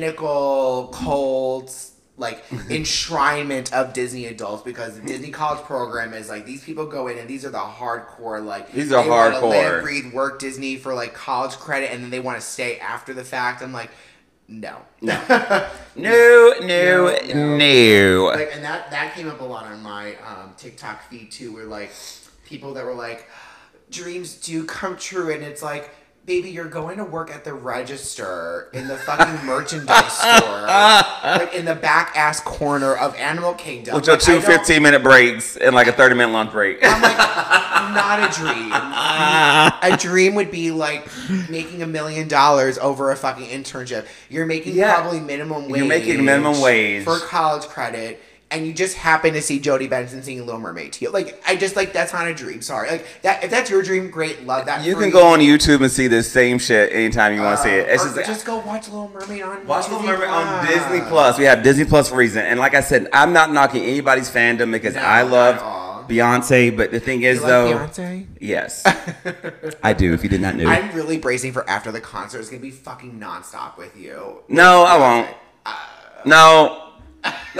B: pinnacle cult like enshrinement of Disney adults because the Disney College program is like these people go in and these are the hardcore like
C: These are
B: they wanna
C: hardcore.
B: live, breathe, work Disney for like college credit and then they want to stay after the fact. I'm like, no.
C: no, no,
B: No,
C: no.
B: no. like, and that that came up a lot on my um, TikTok feed too, where like people that were like, dreams do come true, and it's like, baby, you're going to work at the register in the fucking merchandise store, like in the back ass corner of Animal Kingdom.
C: With your
B: Like, I
C: two
B: don't-
C: 15 minute breaks and like a 30 minute lunch break.
B: I'm like, not a dream. A dream would be like making a million dollars over a fucking internship. You're making
C: Yeah.
B: probably minimum wage.
C: You're making minimum wage.
B: for college credit, and you just happen to see Jodie Benson singing "Little Mermaid" to you. Like, I just like that's not a dream. Sorry, like that. If that's your dream, great. Love that.
C: You
B: for Uh,
C: can go on YouTube and see this same shit anytime you want to see it. It's
B: or
C: just, like,
B: go watch Little Mermaid on
C: Watch Little
B: Disney
C: Mermaid on
B: Plus.
C: Disney Plus. We have Disney Plus for a reason. And like I said, I'm not knocking anybody's fandom because
B: No,
C: I
B: not
C: love
B: at all.
C: Beyonce, but the thing is
B: You like
C: though.
B: Beyonce?
C: Yes. I do, if you did not know.
B: I'm really bracing for after the concert. It's gonna be fucking nonstop with you.
C: no, I won't. No.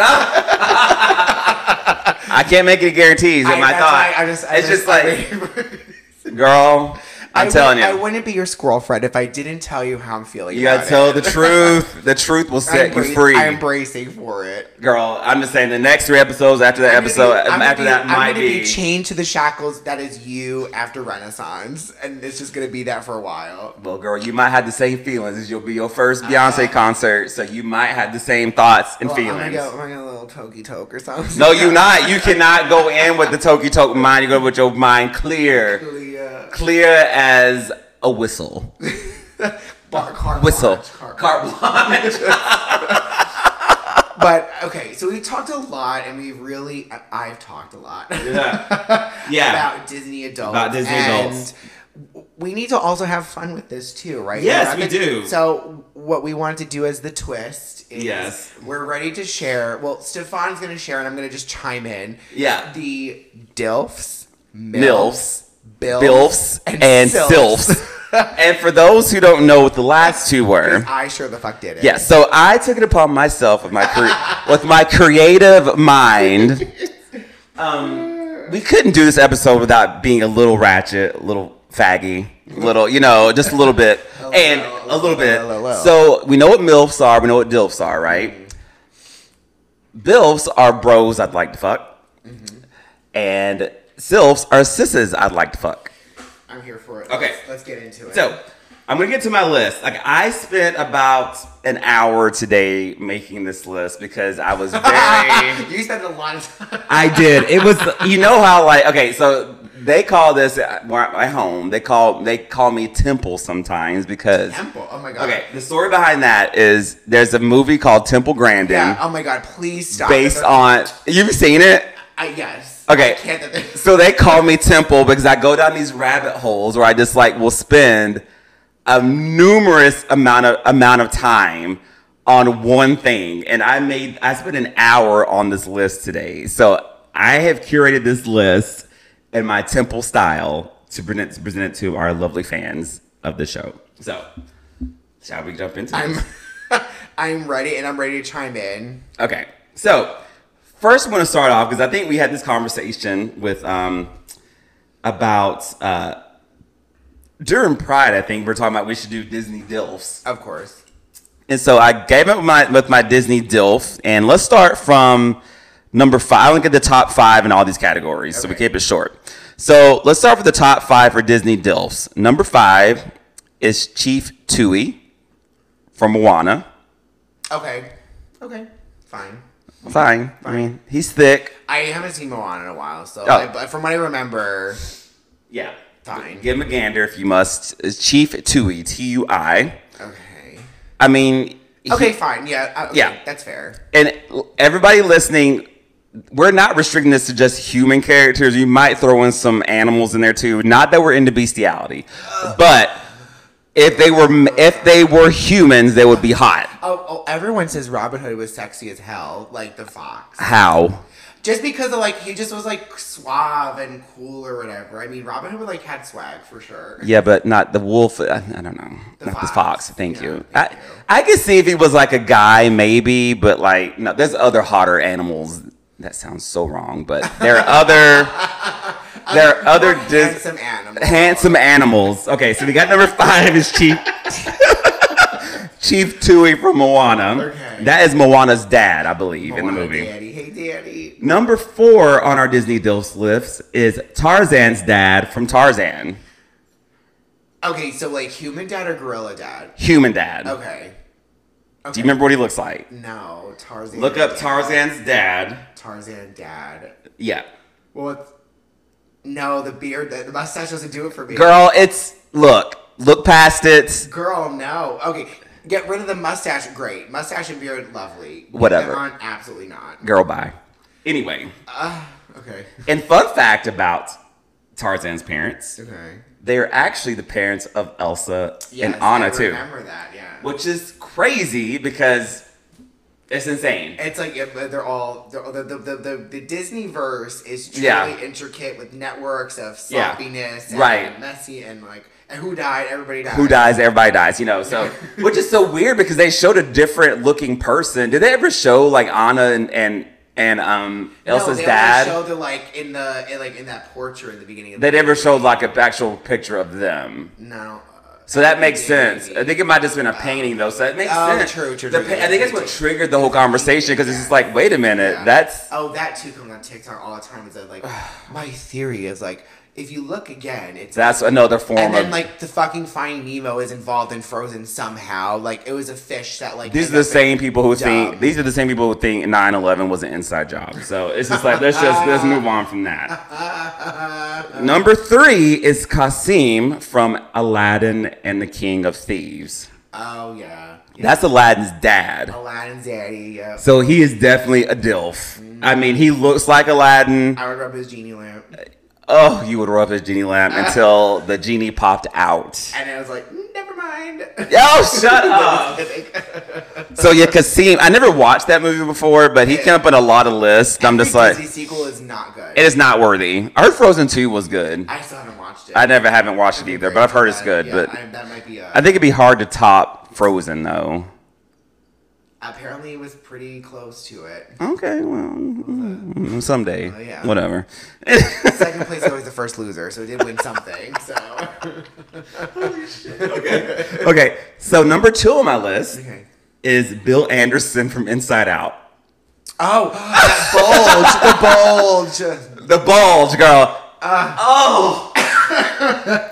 C: I can't make any guarantees in
B: I-
C: my
B: that's
C: thought.
B: why I just, I
C: it's just like,
B: I-
C: girl, I'm
B: I
C: telling
B: wouldn't-
C: you.
B: I wouldn't be your squirrel friend if I didn't tell you how I'm feeling.
C: You gotta
B: about
C: tell
B: it.
C: the truth. The truth will
B: I'm
C: set you
B: brace-
C: free,
B: I'm bracing for it.
C: girl. I'm just saying the next three episodes after that
B: I'm gonna
C: episode
B: be- I'm gonna
C: after
B: be-
C: that
B: I'm
C: might
B: gonna
C: be.
B: chained to the shackles that is you after Renaissance, and it's just gonna be that for a while.
C: well, girl, you might have the same feelings. as You'll be your first Beyonce concert, so you might have the same thoughts and
B: Uh-huh. Well, I'm
C: feelings.
B: gonna go, I'm gonna little tokey toke or something.
C: No, you not. You cannot go in with the Toki Toke mind. You go with your mind clear,
B: Leah.
C: clear as a whistle,
B: Bar- car-
C: whistle,
B: car- car-
C: Carte blanche.
B: But okay, so we talked a lot, and we really, I- I've talked a lot.
C: Yeah. Yeah.
B: about Disney adults.
C: About Disney
B: and
C: adults.
B: We need to also have fun with this too, right?
C: Yes,
B: We're not
C: we
B: gonna-
C: do.
B: So what we wanted to do as the twist is
C: Yes.
B: we're ready to share. Well, Stefan's going to share, and I'm going to just chime in.
C: Yeah.
B: The Dilfs,
C: Milfs,
B: Milfs, Bilfs,
C: Bilfs and, Sylphs. and for those who don't know what the last two were,
B: I sure the fuck did it.
C: Yeah, so I took it upon myself with my cre- with my creative mind. Um, we couldn't do this episode without being a little ratchet, a little faggy, little you know, just a little bit, and a little bit.
B: a little, a little.
C: So we know what milfs are, we know what dilfs are, right? Bilfs are bros I'd like to fuck, and sylphs are sisses I'd like to fuck.
B: I'm here for it.
C: Okay.
B: Let's, let's get into it.
C: So I'm gonna get to my list. Like I spent about an hour today making this list because I was very.
B: you spent a lot of time.
C: I did. It was you know how like okay so they call this at my home they call they call me Temple sometimes because
B: Temple. Oh my god.
C: okay the story behind that is there's a movie called Temple Grandin
B: Yeah. Oh my god. Please stop.
C: based on you've seen it
B: I yes.
C: Okay.
B: I can't.
C: so they call me Temple because I go down these rabbit holes where I just like will spend a numerous amount of amount of time on one thing, and I made I spent an hour on this list today. So I have curated this list in my Temple style to present to present it to our lovely fans of the show. So shall we jump into?
B: I'm
C: it?
B: I'm ready and I'm ready to chime in.
C: Okay. So, first, I want to start off because I think we had this conversation with um about uh during Pride. I think we we're talking about we should do Disney Dilfs,
B: Of course.
C: And so I gave up my with my Disney DILF, and let's start from number five. I look at the top five in all these categories, so we
B: Okay.
C: keep it short. So let's start with the top five for Disney DILFs. Number five is Chief Tui from Moana.
B: Okay. Okay. Fine.
C: Fine. I mean, he's thick.
B: I haven't seen Moana in a while, so
C: Oh.
B: I, but from what I remember,
C: Yeah.
B: fine.
C: Give him a gander if you must. It's Chief Tui, T U I.
B: Okay.
C: I mean, he-
B: Okay, fine. Yeah. uh, okay,
C: Yeah.
B: That's fair.
C: and everybody listening, we're not restricting this to just human characters. You might throw in some animals in there too. Not that we're into bestiality, but if they were if they were humans, they would be hot.
B: Oh, oh, everyone says Robin Hood was sexy as hell, like the fox.
C: How?
B: Just because of like he just was like suave and cool or whatever. I mean, Robin Hood like had swag for sure.
C: Yeah, but not the wolf. I, I don't know. not the
B: fox.
C: fox. Thank
B: Yeah,
C: you.
B: thank
C: I,
B: you.
C: I could see if he was like a guy, maybe, but like no. There's other hotter animals. That sounds so wrong, but there are other there are other dis-
B: handsome animal.
C: Handsome animals. Okay, so we got number five is Chief Chief Tui from Moana.
B: Okay.
C: That is Moana's dad, I believe, in the
B: Moana,
C: movie.
B: Daddy. Hey, Daddy.
C: Number four on our Disney Dilfs list is Tarzan's dad from Tarzan.
B: Okay, so like human dad or gorilla dad?
C: Human dad.
B: Okay. okay.
C: Do you remember what he looks like?
B: No, Tarzan.
C: Look up
B: dad.
C: Tarzan's dad.
B: Tarzan dad.
C: Yeah.
B: Well, it's, no, the beard, the, the mustache doesn't do it for me.
C: Girl, it's look. Look past it.
B: Girl, no. Okay, get rid of the mustache. Great, mustache and beard, lovely. Get
C: Whatever.
B: them on, absolutely not.
C: Girl bye. Anyway.
B: Okay.
C: And fun fact about Tarzan's parents.
B: Okay.
C: they're actually the parents of Elsa
B: Yes,
C: and Anna
B: I
C: too,
B: Remember that? Yeah.
C: which is crazy because it's insane.
B: It's like yeah, but they're all they're, all- the, the the the the Disney verse is truly
C: Yeah.
B: intricate with networks of
C: Yeah.
B: sloppiness, and
C: Right.
B: Messy and like and who died? Everybody died.
C: Who dies, everybody dies, you know. So, which is so weird because they showed a different looking person. Did they ever show like Anna and and, and um
B: No,
C: Elsa's
B: they only
C: dad?
B: Show the like in the in, like in that portrait in the beginning. Of
C: they
B: the
C: never showed like an actual picture of them.
B: No.
C: So that makes sense. I think it might just been a painting though. So that makes
B: Oh,
C: sense.
B: true, true,
C: The
B: true,
C: pa-
B: yeah,
C: I think that's
B: true,
C: what
B: true.
C: triggered the whole conversation because it's just like, wait a minute,
B: Yeah.
C: that's
B: oh that too comes on TikTok all the time. Is that like my theory is like if you look again, it's
C: that's another form
B: and
C: of
B: then like the fucking Finding Nemo is involved in Frozen somehow. Like it was a fish that like
C: These are
B: ended
C: the
B: up in-
C: same people who
B: Job.
C: think these are the same people who think 9/11 was an inside job. So it's just like let's just let's move on from that. Number three is Kasim from Aladdin and the King of Thieves.
B: Oh yeah. yeah.
C: That's Aladdin's dad.
B: Aladdin's daddy. Yeah.
C: So he is definitely a dilf. I mean, he looks like Aladdin.
B: I would rub his genie lamp,
C: Oh, you would rub his genie lamp until the genie popped out.
B: and I was like, never mind.
C: Oh, shut up. So yeah, Kasim. I never watched that movie before, but he came up on a lot of lists. I'm just like,
B: the sequel is not good.
C: It is not worthy. I heard Frozen 2 was good.
B: I still haven't watched it.
C: I never haven't watched it either, but I've heard it's
B: That-
C: good.
B: yeah,
C: But
B: I, that might be a.
C: I think it'd be hard to top Frozen though.
B: apparently, it was pretty close to it.
C: Okay, well, mm, someday,
B: yeah.
C: whatever.
B: Second place is always the first loser, so it did win something. So
C: Okay, so number two on my list
B: okay.
C: is Bill Anderson from Inside Out.
B: Oh, that bulge! The bulge.
C: The bulge girl.
B: Ah.
C: oh,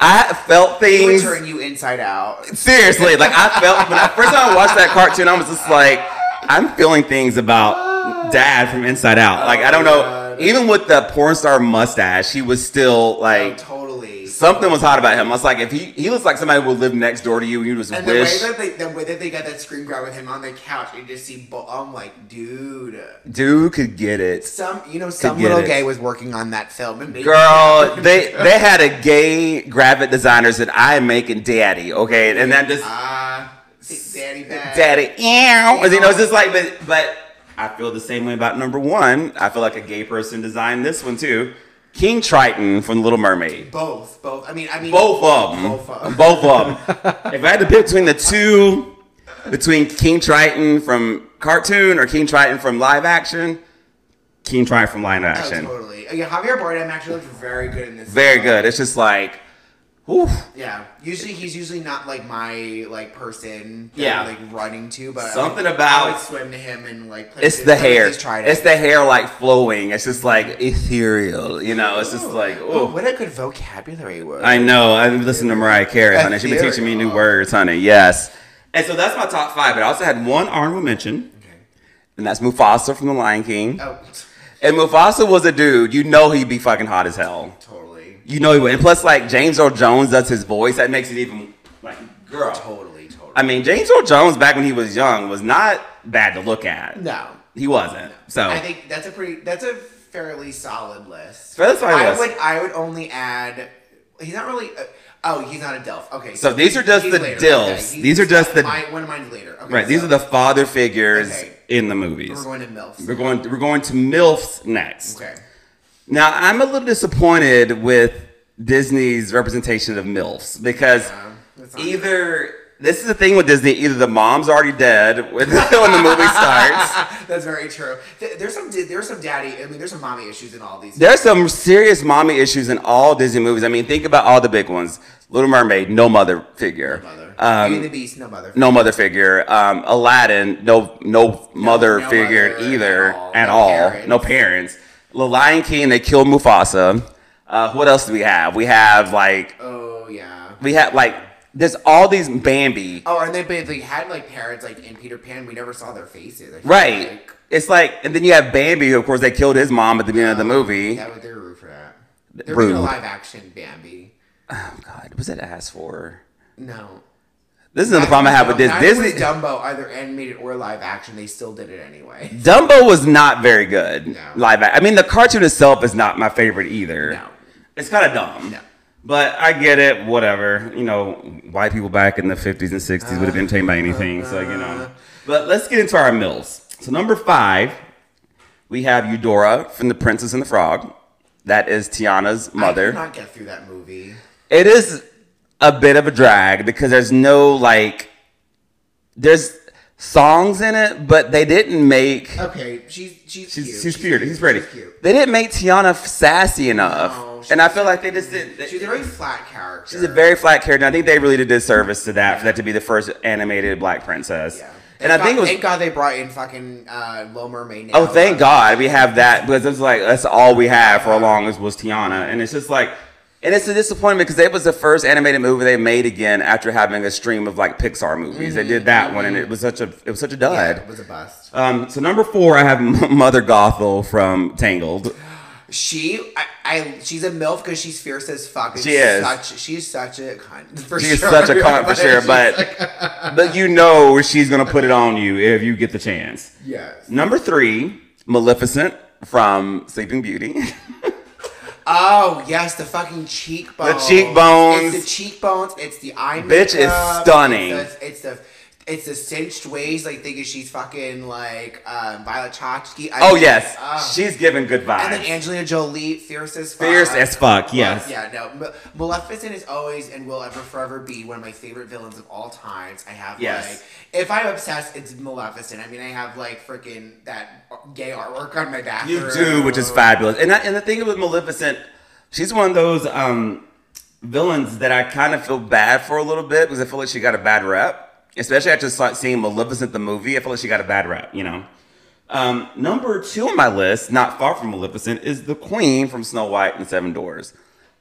C: I felt
B: It would
C: things.
B: turn you inside out.
C: Seriously, like I felt when I first time I watched that cartoon, I was just like, I'm feeling things about Dad from Inside Out. Like I don't know,
B: God.
C: even with the porn star mustache, he was still
B: Oh,
C: like
B: totally.
C: something was hot about him. I was like, if he he looks like somebody who lived next door to you, and you just
B: and the way
C: wish,
B: that they, the way that they got that screen grab with him on the couch, you just see. Bu- I'm like, dude.
C: dude could get it.
B: Some, you know, some
C: get
B: little
C: it.
B: gay was working on that film, and they-
C: Girl, they they had a gay graphic designer said, "I am making daddy," okay, and that just
B: Ah, uh, daddy bad.
C: daddy, yeah, you know, it's just like, but, but I feel the same way about number one. I feel like a gay person designed this one too. King Triton from The Little Mermaid.
B: Both, both. I mean, I mean,
C: Both of them.
B: Both of 'em.
C: Both of them. if I had to pick between the two, between King Triton from cartoon or King Triton from live action, King Triton from live
B: Oh,
C: action.
B: totally. Oh, yeah, Javier Bardem actually looks very good in this.
C: Very
B: film.
C: good. It's just like, Oof.
B: Yeah. Usually he's usually not like my like person. that
C: Yeah.
B: I'm, like running to, but I-
C: Something
B: I
C: about-
B: would swim to him and like.
C: It's the
B: places. Some of
C: hair.
B: these tried
C: It's
B: it.
C: the hair like flowing. It's just like ethereal. You know, it's just like
B: Ooh,
C: oh.
B: what a good vocabulary word.
C: I know. I've listened to Mariah Carey, honey. She's been teaching me new
B: Ethereal.
C: words, honey. Yes. And so that's my top five. But I also had one honorable mention,
B: Okay.
C: and that's Mufasa from The Lion King.
B: Oh,
C: And Mufasa was a dude. You know he'd be fucking hot as hell.
B: totally,
C: You know he would. And plus, like James Earl Jones does his voice. That makes it even like girl.
B: totally, totally.
C: I mean, James Earl Jones back when he was young was not bad to look at.
B: no.
C: He wasn't. So
B: I think that's a pretty. That's a fairly solid list.
C: Fairly solid
B: I
C: list.
B: would. I would only add. He's not really. Uh, oh, he's not a Delph. Okay.
C: So these are just
B: he's
C: the Delphs.
B: he's-
C: These are just the-
B: My, one of mine's later. Okay,
C: Right, these
B: so
C: are the father figures
B: Okay.
C: in the movies.
B: We're going to milfs.
C: We're going we're going to MILFs next.
B: Okay.
C: Now I'm a little disappointed with Disney's representation of MILFs because
B: Um, that's not-
C: either this is the thing with Disney, either the mom's already dead when, when the movie starts.
B: That's very true. Th- There's some there's some daddy. I mean, there's some mommy issues in all these.
C: There's some serious mommy issues in all Disney movies. I mean, think about all the big ones. Little Mermaid, no mother figure.
B: mother.
C: Um,
B: Beauty and the Beast, no mother.
C: no mother figure. Um, Aladdin, no no mother
B: no
C: figure
B: mother
C: either
B: at all.
C: at
B: No
C: all.
B: parents.
C: No parents. The Lion King, they killed Mufasa. Uh, what else do we have? We have like
B: Oh yeah.
C: we have like there's all these Bambi.
B: Oh, and they but they had like parents like in Peter Pan. We never saw their faces. I feel
C: Right.
B: Like,
C: It's like and then you have Bambi, who of course they killed his mom at the beginning of the movie.
B: that was their rude for that. There was
C: Rude.
B: no live action Bambi.
C: Oh god, was it asked for?
B: No.
C: This is another problem I have with this
B: Neither was
C: Disney.
B: Dumbo either animated or live action. They still did it anyway.
C: Dumbo was not very good
B: No.
C: live. act- I mean, the cartoon itself is not my favorite either.
B: No.
C: It's kind of dumb.
B: No.
C: But I get it. Whatever. You know, white people back in the 50s and 60s would have been entertained by anything. so, you know. But let's get into our mills. So, number five, we have Eudora from The Princess and the Frog. That is Tiana's
B: I
C: mother.
B: could not get through that movie.
C: It is a bit of a drag because there's no like, there's songs in it, but they didn't make.
B: Okay, she's Oh, she's
C: She's,
B: cute.
C: she's pretty. He's pretty.
B: She's cute.
C: They didn't make Tiana f- sassy enough,
B: No,
C: and I feel like they just didn't.
B: She's a very flat character.
C: She's a very flat character. and I think they really did disservice to that for that to be the first animated black princess.
B: Yeah.
C: And
B: Thank
C: I
B: God-
C: think it was.
B: thank God they brought in fucking uh, Little Mermaid. Now.
C: oh, thank God we have that because it's like that's all we have for a long as was Tiana, and it's just like, and it's a disappointment because it was the first animated movie they made again after having a stream of like Pixar movies. They did that one, and it was such a it was such a
B: Yeah,
C: dud.
B: it was a bust.
C: Um, so number four, I have Mother Gothel from Tangled.
B: She, I, I she's a milf because she's fierce as fuck. and
C: She is.
B: Such, she's such a cunt for
C: She's
B: sure.
C: such a cunt for
B: Like,
C: sure,
B: she's
C: but
B: like-
C: but you know she's gonna put it on you if you get the chance.
B: yes.
C: Number three, Maleficent from Sleeping Beauty.
B: Oh yes, the fucking cheekbones.
C: cheekbones.
B: It's the cheekbones. It's the eye.
C: Bitch is
B: makeup,
C: stunning.
B: It's the. It's the it's the cinched waist, like thinking she's fucking like um, Violet Chachki. I
C: oh
B: mean,
C: yes,
B: oh.
C: she's giving good
B: and then
C: vibes.
B: Angelina Jolie, fierce as fuck.
C: Fierce as fuck. Yes.
B: Yeah, no. Ma- Maleficent is always and will ever forever be one of my favorite villains of all times. I have
C: Yes.
B: like, if I'm obsessed, it's Maleficent. I mean, I have like freaking that gay artwork on my back.
C: You do, which is fabulous. And I, and the thing with Maleficent, she's one of those um, villains that I kind of feel bad for a little bit because I feel like she got a bad rep. Especially after saw- seeing Maleficent the movie, I feel like she got a bad rep. You know. Um, number two on my list, not far from Maleficent, is the Queen from Snow White and the Seven Doors.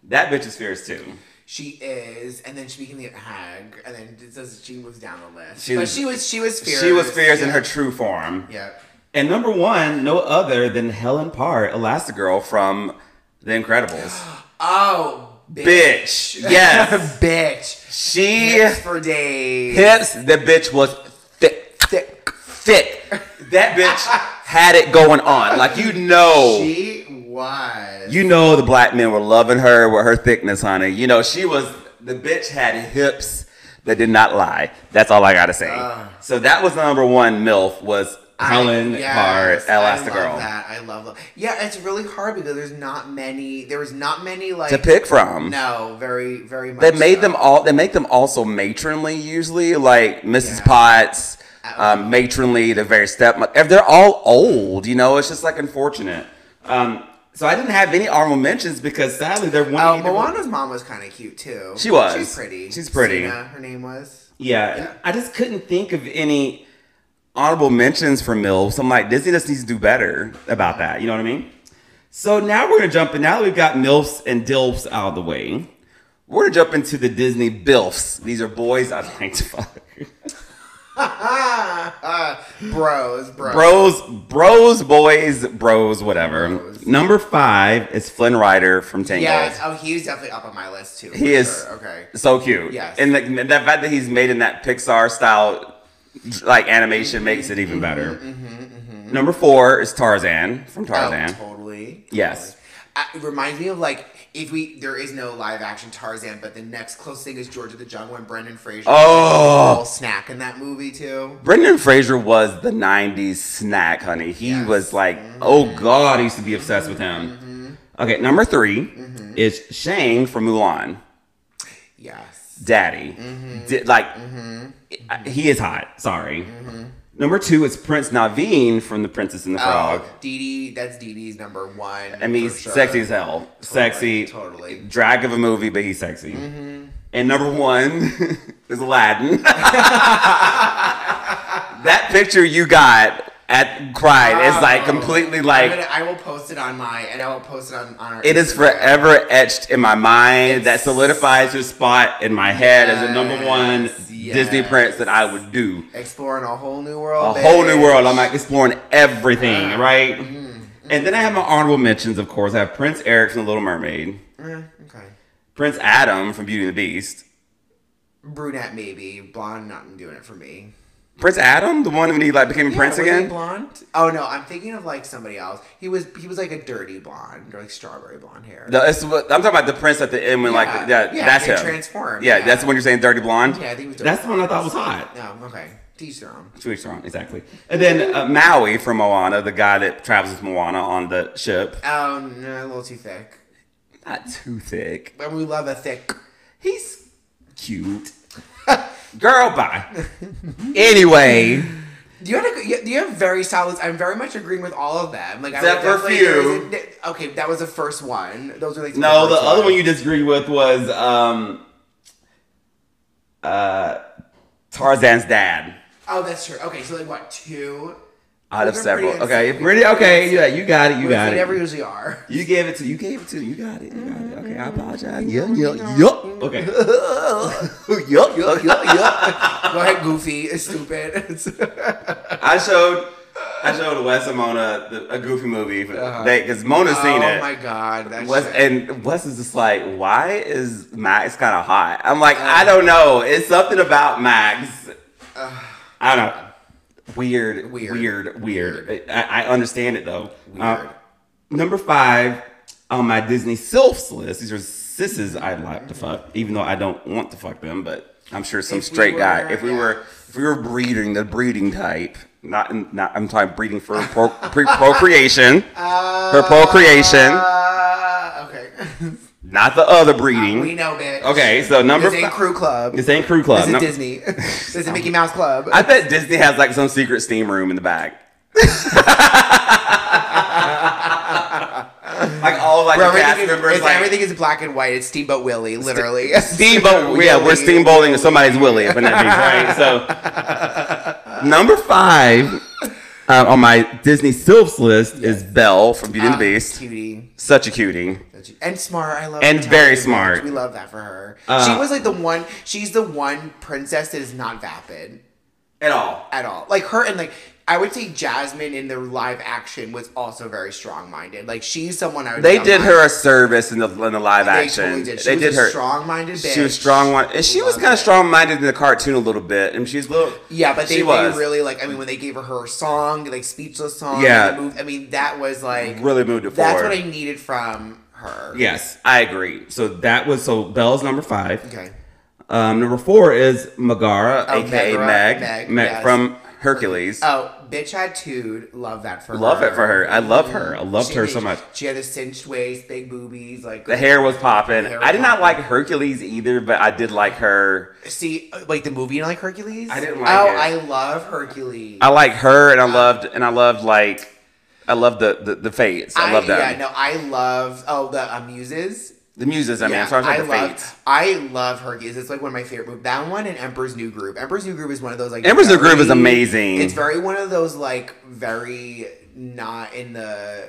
C: That bitch is fierce too.
B: She is, and then she became the hag, and then it says she was down the list.
C: She
B: but
C: was-
B: she was she was fierce.
C: She was fierce in
B: Yeah.
C: her true form.
B: Yeah.
C: And number one, no other than Helen Parr, Elastigirl from The Incredibles.
B: Oh, bitch.
C: bitch, yes,
B: bitch.
C: she
B: Hips for days.
C: hips. The bitch was thick,
B: Thick.
C: thick. That bitch had it going on. Like you know,
B: She was.
C: you know the black men were loving her with her thickness, honey. You know she was the bitch had hips that did not lie. That's all I gotta say. so that was number one. Milf was Helen
B: Uh. I- yes,
C: Parr,
B: I love
C: Elastigirl
B: that. I love that. Yeah, it's really hard because there's not many. There was not many like
C: to pick from.
B: No, very, very much.
C: They made
B: so.
C: them all. They make them also matronly usually, like Mrs.
B: Yeah.
C: Potts,
B: Oh.
C: um, matronly, the very stepmother. They're all old, you know. It's just like unfortunate. Um, So I didn't have any honorable mentions because sadly there one.
B: Oh, Moana's mom was kind of cute too.
C: She was.
B: She's pretty.
C: She's pretty.
B: Sina, her name was.
C: Yeah, and I just couldn't think of any honorable mentions for Mills. So I'm like, Disney just needs to do better about that. You know what I mean? So now we're gonna jump in. Now that we've got MILFs and DILFs out of the way. We're gonna jump into the Disney BILFs. These are boys I'd like to fuck.
B: Bros, bros.
C: Bros, bros, boys, bros, whatever. Number five is Flynn Rider from Tangled.
B: Yes. Oh, he was definitely up on my list too. for
C: He is
B: sure. Okay.
C: so cute.
B: Yes.
C: and the, that fact that he's made in that Pixar style like animation makes it
B: Mm-hmm,
C: even better. Number four is Tarzan from Tarzan.
B: Oh, totally.
C: Yes.
B: Uh, it reminds me of like if we there is no live action Tarzan, but the next close thing is George of the Jungle and Brendan Fraser.
C: Oh.
B: Little snack in that movie too.
C: Brendan Fraser was the '90s snack, honey. He
B: Yes. Mm-hmm.
C: was like, oh god, I used to be obsessed with him. Okay, number 3
B: Mm-hmm.
C: is Shang from Mulan.
B: Yes.
C: daddy.
B: Mm-hmm.
C: Di- like, I- he is hot. Sorry. Number two is Prince Naveen from The Princess and the Frog.
B: Mm-hmm. Oh, Dee Dee, that's Dee Dee's number one.
C: I mean,
B: for
C: he's
B: sure.
C: sexy as hell. sexy.
B: totally. Mm-hmm.
C: Drag of a movie, but he's sexy. And number one is Aladdin. that picture you got at cried is like completely
B: Oh. I'm
C: like.
B: gonna- I will post it on my and I will post it on, on our.
C: It is
B: Instagram.
C: forever etched in my mind. that
B: It's-
C: solidifies your spot in my head as the number one
B: Yes,
C: Disney prince that I
B: yes.
C: would do.
B: exploring a whole new
C: a
B: world.
C: whole new
B: bitch.
C: world. I'm like exploring everything, right?
B: Mm-hmm,
C: And then I have my honorable mentions, of course. I have Prince Eric from The Little Mermaid,
B: Mm, okay.
C: Prince Adam from Beauty and the Beast.
B: Brunette maybe blonde not doing it for me.
C: Prince Adam, the one when he like became a prince
B: Yeah, was he
C: again.
B: blonde? Oh no, I'm thinking of like somebody else. He was he was like a dirty blonde or like strawberry blonde hair.
C: The, it's, what- I'm talking about the prince at the end when
B: Yeah.
C: like that,
B: Yeah,
C: that's
B: they
C: him.
B: transformed,
C: Yeah,
B: yeah.
C: that's the one you're saying dirty blonde.
B: yeah, I think it was. Dirty
C: That's the one I
B: blonde.
C: thought was hot.
B: No, okay. Teach their own.
C: Two weeks wrong, exactly. And then uh, Maui from Moana, the guy that travels with Moana on the ship.
B: Oh no, a little too thick.
C: Not too thick.
B: But we love a thick.
C: He's cute. Girl, bye. Anyway,
B: You had a, you, you have very solid. I'm very much agreeing with all of them. Like
C: Except
B: I would
C: for a
B: definitely- there was a- okay, that was the first one. Those are like
C: no, the
B: first
C: other one you disagreed with was um, uh, Tarzan's dad.
B: Oh, that's true. Okay, so like what two?
C: Out of
B: Those are
C: several,
B: pretty
C: okay,
B: insane.
C: pretty okay. Yeah, you got it. You
B: Which
C: got
B: we never
C: it.
B: usually are.
C: You gave it to. You gave it to. You got it. You got it. Okay,
B: Mm-hmm.
C: I apologize. Yeah, yeah, yup. Okay. yup, yup, yup, yup.
B: Go ahead, Goofy. It's stupid. It's-
C: I showed. I showed Wes and Mona the, a goofy movie because Mona's seen
B: Uh-huh. oh
C: it.
B: my god, that's
C: Wes and Wes is just like, why is Max kind of hot? I'm like,
B: Uh.
C: I don't know. It's something about Max. I don't know. Weird,
B: Weird.
C: weird, weird, weird. I, I understand it though. Weird.
B: Weird.
C: number five on my Disney sylphs list. These are sisses I'd like to fuck, even though I don't want to fuck them. But I'm sure some
B: If we
C: straight guy.
B: were-
C: If we
B: yeah.
C: were, if we were breeding the breeding type, not, in- not. I'm talking breeding for pro, pre, procreation, for procreation.
B: Uh, okay.
C: Not the other breeding.
B: we know, bitch.
C: Okay, so number
B: This ain't
C: fi-
B: Crew Club.
C: This ain't crew club.
B: This is
C: Num-
B: Disney. this is Mickey Mouse Club.
C: I bet Disney has like some secret steam room in the back. like all like
B: Where
C: the cast
B: everything,
C: members
B: is,
C: like
B: everything is black and white. It's Steamboat Willie, literally.
C: steamboat. Yeah, we're steamboating in somebody's willy if that means right. So number five uh, on my Disney Sylphs list is Belle from Beauty and
B: Ah.
C: the Beast.
B: Cutie.
C: Such a cutie.
B: And smart, I love
C: And
B: her.
C: very
B: Totally.
C: smart.
B: We love that for her.
C: Uh,
B: she was like the one. She's the one princess that is not vapid.
C: At all.
B: at all. Like her and like I would say Jasmine in their live action was also very strong minded. Like she's someone I would
C: They
B: say
C: did
B: I'm
C: her
B: like,
C: a service in the in the live
B: They
C: action.
B: totally did. She
C: they
B: was
C: did
B: a
C: her
B: strong-minded bitch.
C: She was strong one. and She was
B: Love
C: kind
B: it.
C: of strong minded in the cartoon a little bit, and she's little.
B: Yeah, but they,
C: she
B: they
C: was
B: really like. I mean, when they gave her her song, like speechless song.
C: Yeah.
B: and the move- I mean, that was like
C: really moved it
B: that's
C: forward.
B: what I needed from her.
C: yes, I agree. So that was so Belle's number five.
B: Okay.
C: Um, number four is Megara,
B: Oh,
C: aka
B: Megara,
C: Meg,
B: Meg,
C: Meg
B: yes.
C: from Hercules.
B: Oh, bitch attitude. Love that for
C: love
B: her.
C: it for her. I love her. I loved
B: She-
C: her so much.
B: She had the cinched waist, big boobies, like
C: The hair was popping.
B: hair
C: I did not
B: popping.
C: like Hercules either, but I did like her.
B: See, uh, like the movie, you don't like Hercules?
C: I didn't like
B: Oh,
C: it.
B: I love Hercules.
C: I like her, and I loved, and I loved like I love the the, the fades. I, love that.
B: Yeah, no, I love oh the uh, muses.
C: The muses. I mean, as far as like,
B: I
C: the
B: love,
C: fades.
B: I love Hercules. It's like one of my favorite movies. That one and Emperor's New Groove. Emperor's New Groove is one of those like
C: Emperor's New Groove is amazing.
B: It's very one of those like very not in the.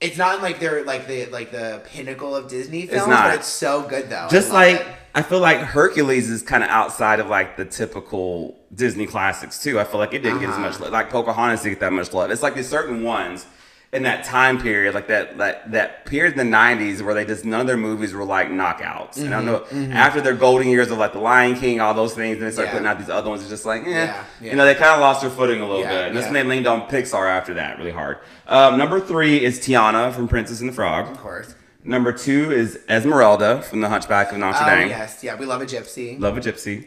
B: It's not in, like they're like the like the pinnacle of Disney films,
C: not.
B: but it's so good though. I
C: Just
B: love
C: like
B: it.
C: I feel like Hercules is kind of outside of like the typical Disney classics too. I feel like it didn't get as much
B: Uh-huh.
C: love. Like Pocahontas didn't get that much love. It's like these certain ones in that time period, like that that that period in the '90s where they just none of their movies were like knockouts. and I
B: Mm-hmm,
C: know after their golden years of like The Lion King, all those things, and they start
B: Yeah.
C: putting out these other ones. It's just like, eh.
B: Yeah,
C: you know, they kind of lost their footing a little
B: Yeah,
C: bit. And that's
B: yeah.
C: when they leaned on Pixar after that really hard. Um, number three is Tiana from Princess and the Frog.
B: of course.
C: Number two is Esmeralda from The Hunchback of Notre
B: Oh
C: Dame.
B: yes, yeah, we love a gypsy.
C: Love a Gypsy.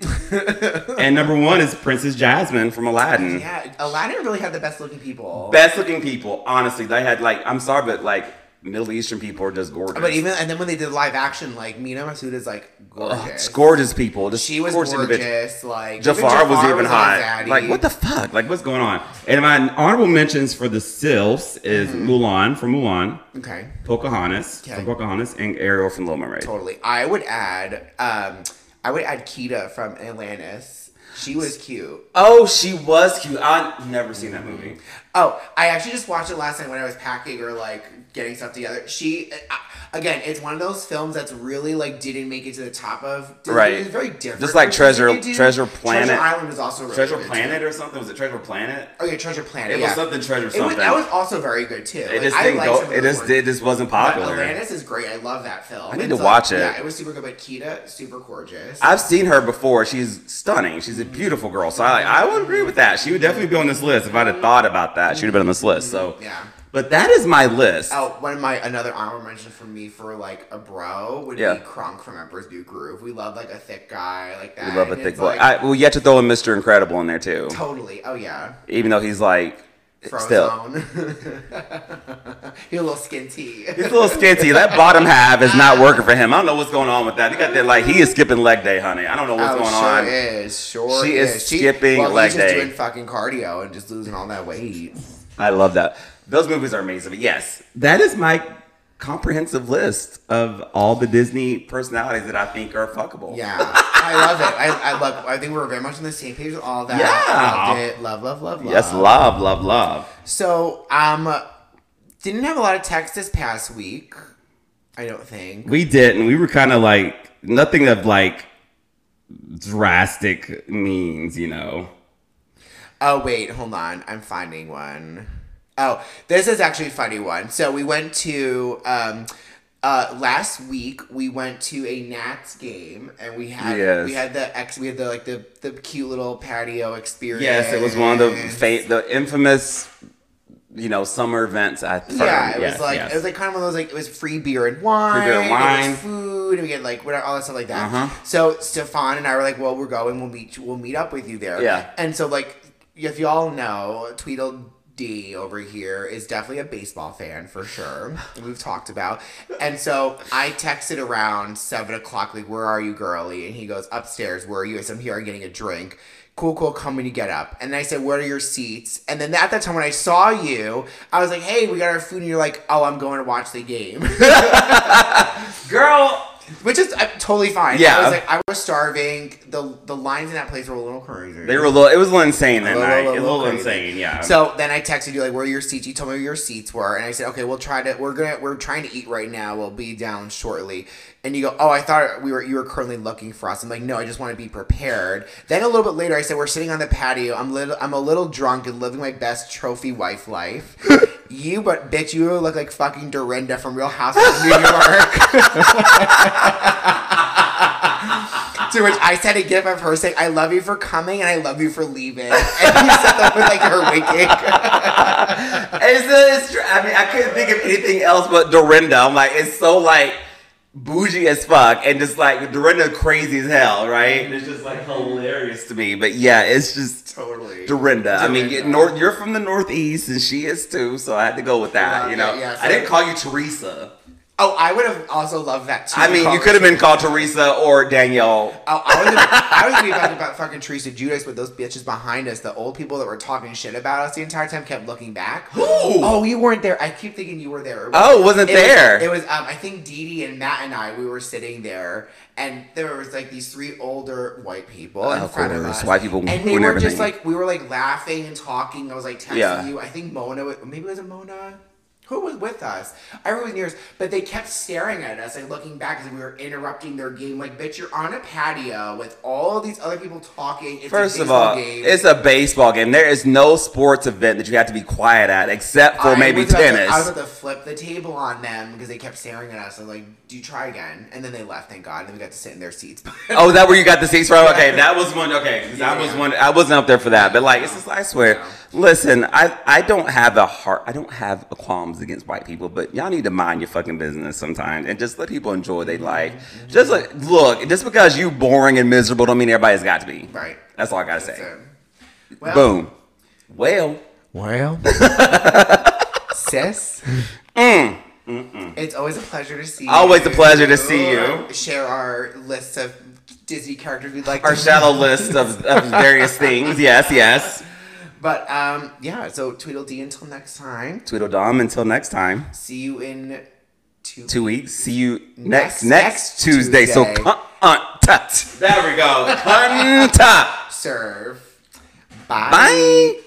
C: and number one is Princess Jasmine from Aladdin.
B: yeah, Aladdin really had the best looking people.
C: Best looking people, honestly. They had like, I'm sorry, but like Middle Eastern people are just gorgeous.
B: but even and then when they did live action, like Mina Masood is like
C: Ugh,
B: gorgeous.
C: it's gorgeous people. Just
B: she was
C: gorgeous
B: gorgeous.
C: individuals.
B: Like
C: Jafar, was even
B: on
C: hot.
B: Zaddy.
C: Like, what the fuck? Like, what's going on? And my honorable mentions for the Sylphs is Mulan from Mulan,
B: okay,
C: Pocahontas
B: Mm-hmm. Okay.
C: from Pocahontas, and Ariel from Little Mermaid.
B: totally. I would add, um, I would add Kita from Atlantis. She was cute.
C: Oh, she was cute. I've never seen that movie.
B: Oh, I actually just watched it last night when I was packing or like getting stuff together. She, I- again, it's one of those films that's really like didn't make it to the top of. Disney.
C: Right.
B: it's very different.
C: Just like
B: from
C: Treasure-
B: Disney, dude.
C: Treasure Planet.
B: Treasure Island was also really
C: Treasure
B: good, too.
C: Planet or something? Was it Treasure Planet?
B: Oh yeah, Treasure Planet.
C: It was
B: yeah.
C: something Treasure
B: It was,
C: something.
B: that was also very good too.
C: It
B: Like,
C: just
B: I
C: didn't
B: liked
C: go.
B: some of
C: It
B: those
C: just
B: ones.
C: it just wasn't
B: But
C: popular.
B: Atlantis is great. I love that film.
C: need
B: It's
C: to
B: like-
C: watch it.
B: Yeah, it was super good. But Kita, super gorgeous.
C: I've seen her before. She's stunning. She's a beautiful girl. So I, I would agree with that. She would definitely be on this list. If I'd have thought about that, she would have been on this list. So
B: Yeah.
C: But that is my list.
B: Oh, one of my another honorable mention for me for like a bro would
C: Yeah.
B: be Kronk from Emperor's New Groove. We love like a thick guy like that.
C: we love a
B: and
C: thick
B: it's,
C: boy.
B: like,
C: I, well, you have to throw in Mr. Incredible in there too,
B: totally. Oh yeah.
C: even though he's like still.
B: Frozone. Your little skin tea.
C: He's a little skinty. That bottom half is not working for him. I don't know what's going on with that. He got that like he is skipping leg day, honey. I don't know what's
B: oh,
C: going
B: sure
C: on.
B: is. Sure
C: She is
B: She-
C: skipping
B: well, he's
C: leg
B: just
C: day.
B: doing fucking cardio and just losing all that weight.
C: I love that. Those movies are amazing. But yes, that is my comprehensive list of all the Disney personalities that I think are fuckable.
B: Yeah, I love it. I, I love. I think we're very much on the same page with all that.
C: Yeah.
B: Loved it. love, love, love, love.
C: Yes, love, love, love.
B: So, um, didn't have a lot of text this past week. I don't think.
C: We did, and we were kind of like nothing of like drastic means, you know.
B: Oh wait, hold on. I'm finding one. Oh, this is actually a funny one. So we went to um. Uh, last week we went to a Nats game and we had
C: Yes.
B: we had the ex we had the like the, the cute little patio experience.
C: Yes, it was one of the fa- the infamous, you know, summer events. I
B: Yeah, it was like it was like kind of one of those like it was free beer and wine,
C: Free beer and
B: it was
C: wine.
B: food, and we get like whatever, all that stuff like that.
C: Uh-huh.
B: So Stefan and I were like, "Well, we're going. We'll meet. you- We'll meet up with you there."
C: Yeah.
B: And so like, if y'all know, Tweedledee over here is definitely a baseball fan for sure. We've talked about, and so I texted around seven o'clock, like, "Where are you, girly?" And he goes, "Upstairs. Where are you?" I said, "I'm here. I'm getting a drink." Cool, cool. Come when you get up. And then I said, "Where are your seats?" And then at that time when I saw you, I was like, "Hey, we got our food," and you're like, "Oh, I'm going to watch the game."
C: girl.
B: Which is uh, totally fine.
C: Yeah.
B: I was like, I was starving. The the lines in that place were a little crazy.
C: They were a little. It was a little insane that
B: A little-
C: night.
B: little-
C: a little
B: little crazy.
C: insane. Yeah.
B: So then I texted you like, where are your seats? You told me where your seats were, and I said, okay, we'll try to. We're gonna. We're trying to eat right now. We'll be down shortly. And you go, oh, I thought we were. You were currently looking for us. I'm like, no, I just want to be prepared. Then a little bit later, I said, we're sitting on the patio. I'm little. I'm a little drunk and living my best trophy wife life. you, but bitch, you look like fucking Dorinda from Real Housewives of New York. To which I sent a gif of her saying, I love you for coming and I love you for leaving. And you said that with like her winking.
C: It's, it's, tr- I mean, I couldn't think of anything else but Dorinda. I'm like, it's so like bougie as fuck, and just like Dorinda crazy as hell, right? And it's just like hilarious to me. But yeah, it's just
B: Totally.
C: Dorinda. I mean, you,
B: Dorinda.
C: nor- you're from the Northeast, and she is too, so I had to go with that.
B: Yeah,
C: you know,
B: yeah, yeah,
C: I
B: so-
C: didn't call you Teresa.
B: Oh, I would have also loved that too.
C: I mean, you could have been called Teresa or Danielle.
B: Oh, I was, I was gonna be talking about fucking Teresa Judice, but those bitches behind us, the old people that were talking shit about us the entire time, kept looking back. Oh, you weren't there. I keep thinking you were there.
C: Oh, wasn't
B: It was-
C: there.
B: it was. Um, I think Dee Dee and Matt and I. We were sitting there, and there was like these three older white people in
C: Of
B: front of
C: course,
B: us.
C: white people
B: and they
C: ruin
B: were just
C: everything.
B: like we were like laughing and talking. I was like texting
C: Yeah.
B: you. I think Mona. was- Maybe it was Mona. Who was with us? Everyone was near us, but they kept staring at us and looking back as if we were interrupting their game. Like, bitch, you're on a patio with all these other people talking. It's a
C: First of
B: baseball
C: all,
B: game.
C: it's a baseball game. There is no sports event that you have to be quiet at, except for
B: I
C: maybe
B: was about to-
C: tennis.
B: I was about to flip the table on them because they kept staring at us. I was like, "Do you try again?" And then they left. Thank God. And then we got to sit in their seats.
C: Oh, is that where you got the seats from? Okay, that was one. Okay, 'cause
B: Yeah.
C: I was one. I wasn't up there for that, but like, it's just I swear. Listen, I I don't have a heart. I don't have a qualms against white people, but y'all need to mind your fucking business sometimes and just let people enjoy their life.
B: Mm-hmm.
C: Just like, look, just because you boring and miserable don't mean everybody's got to be.
B: Right.
C: That's all I gotta say.
B: So, well,
C: Boom. Well,
B: Well, sis. It's always a pleasure to see.
C: Mm, Always a
B: you.
C: pleasure to see you.
B: Share our list of Disney characters we'd like.
C: our
B: to
C: shallow list of, of various things. Yes, yes.
B: But um, yeah. So Tweedledee. Until next time.
C: Tweedledum. Until next time.
B: See you in two.
C: two weeks. See you next next,
B: Next- next
C: Tuesday. So
B: Tuesday.
C: contact. There we go. Contact.
B: Serve.
C: Bye.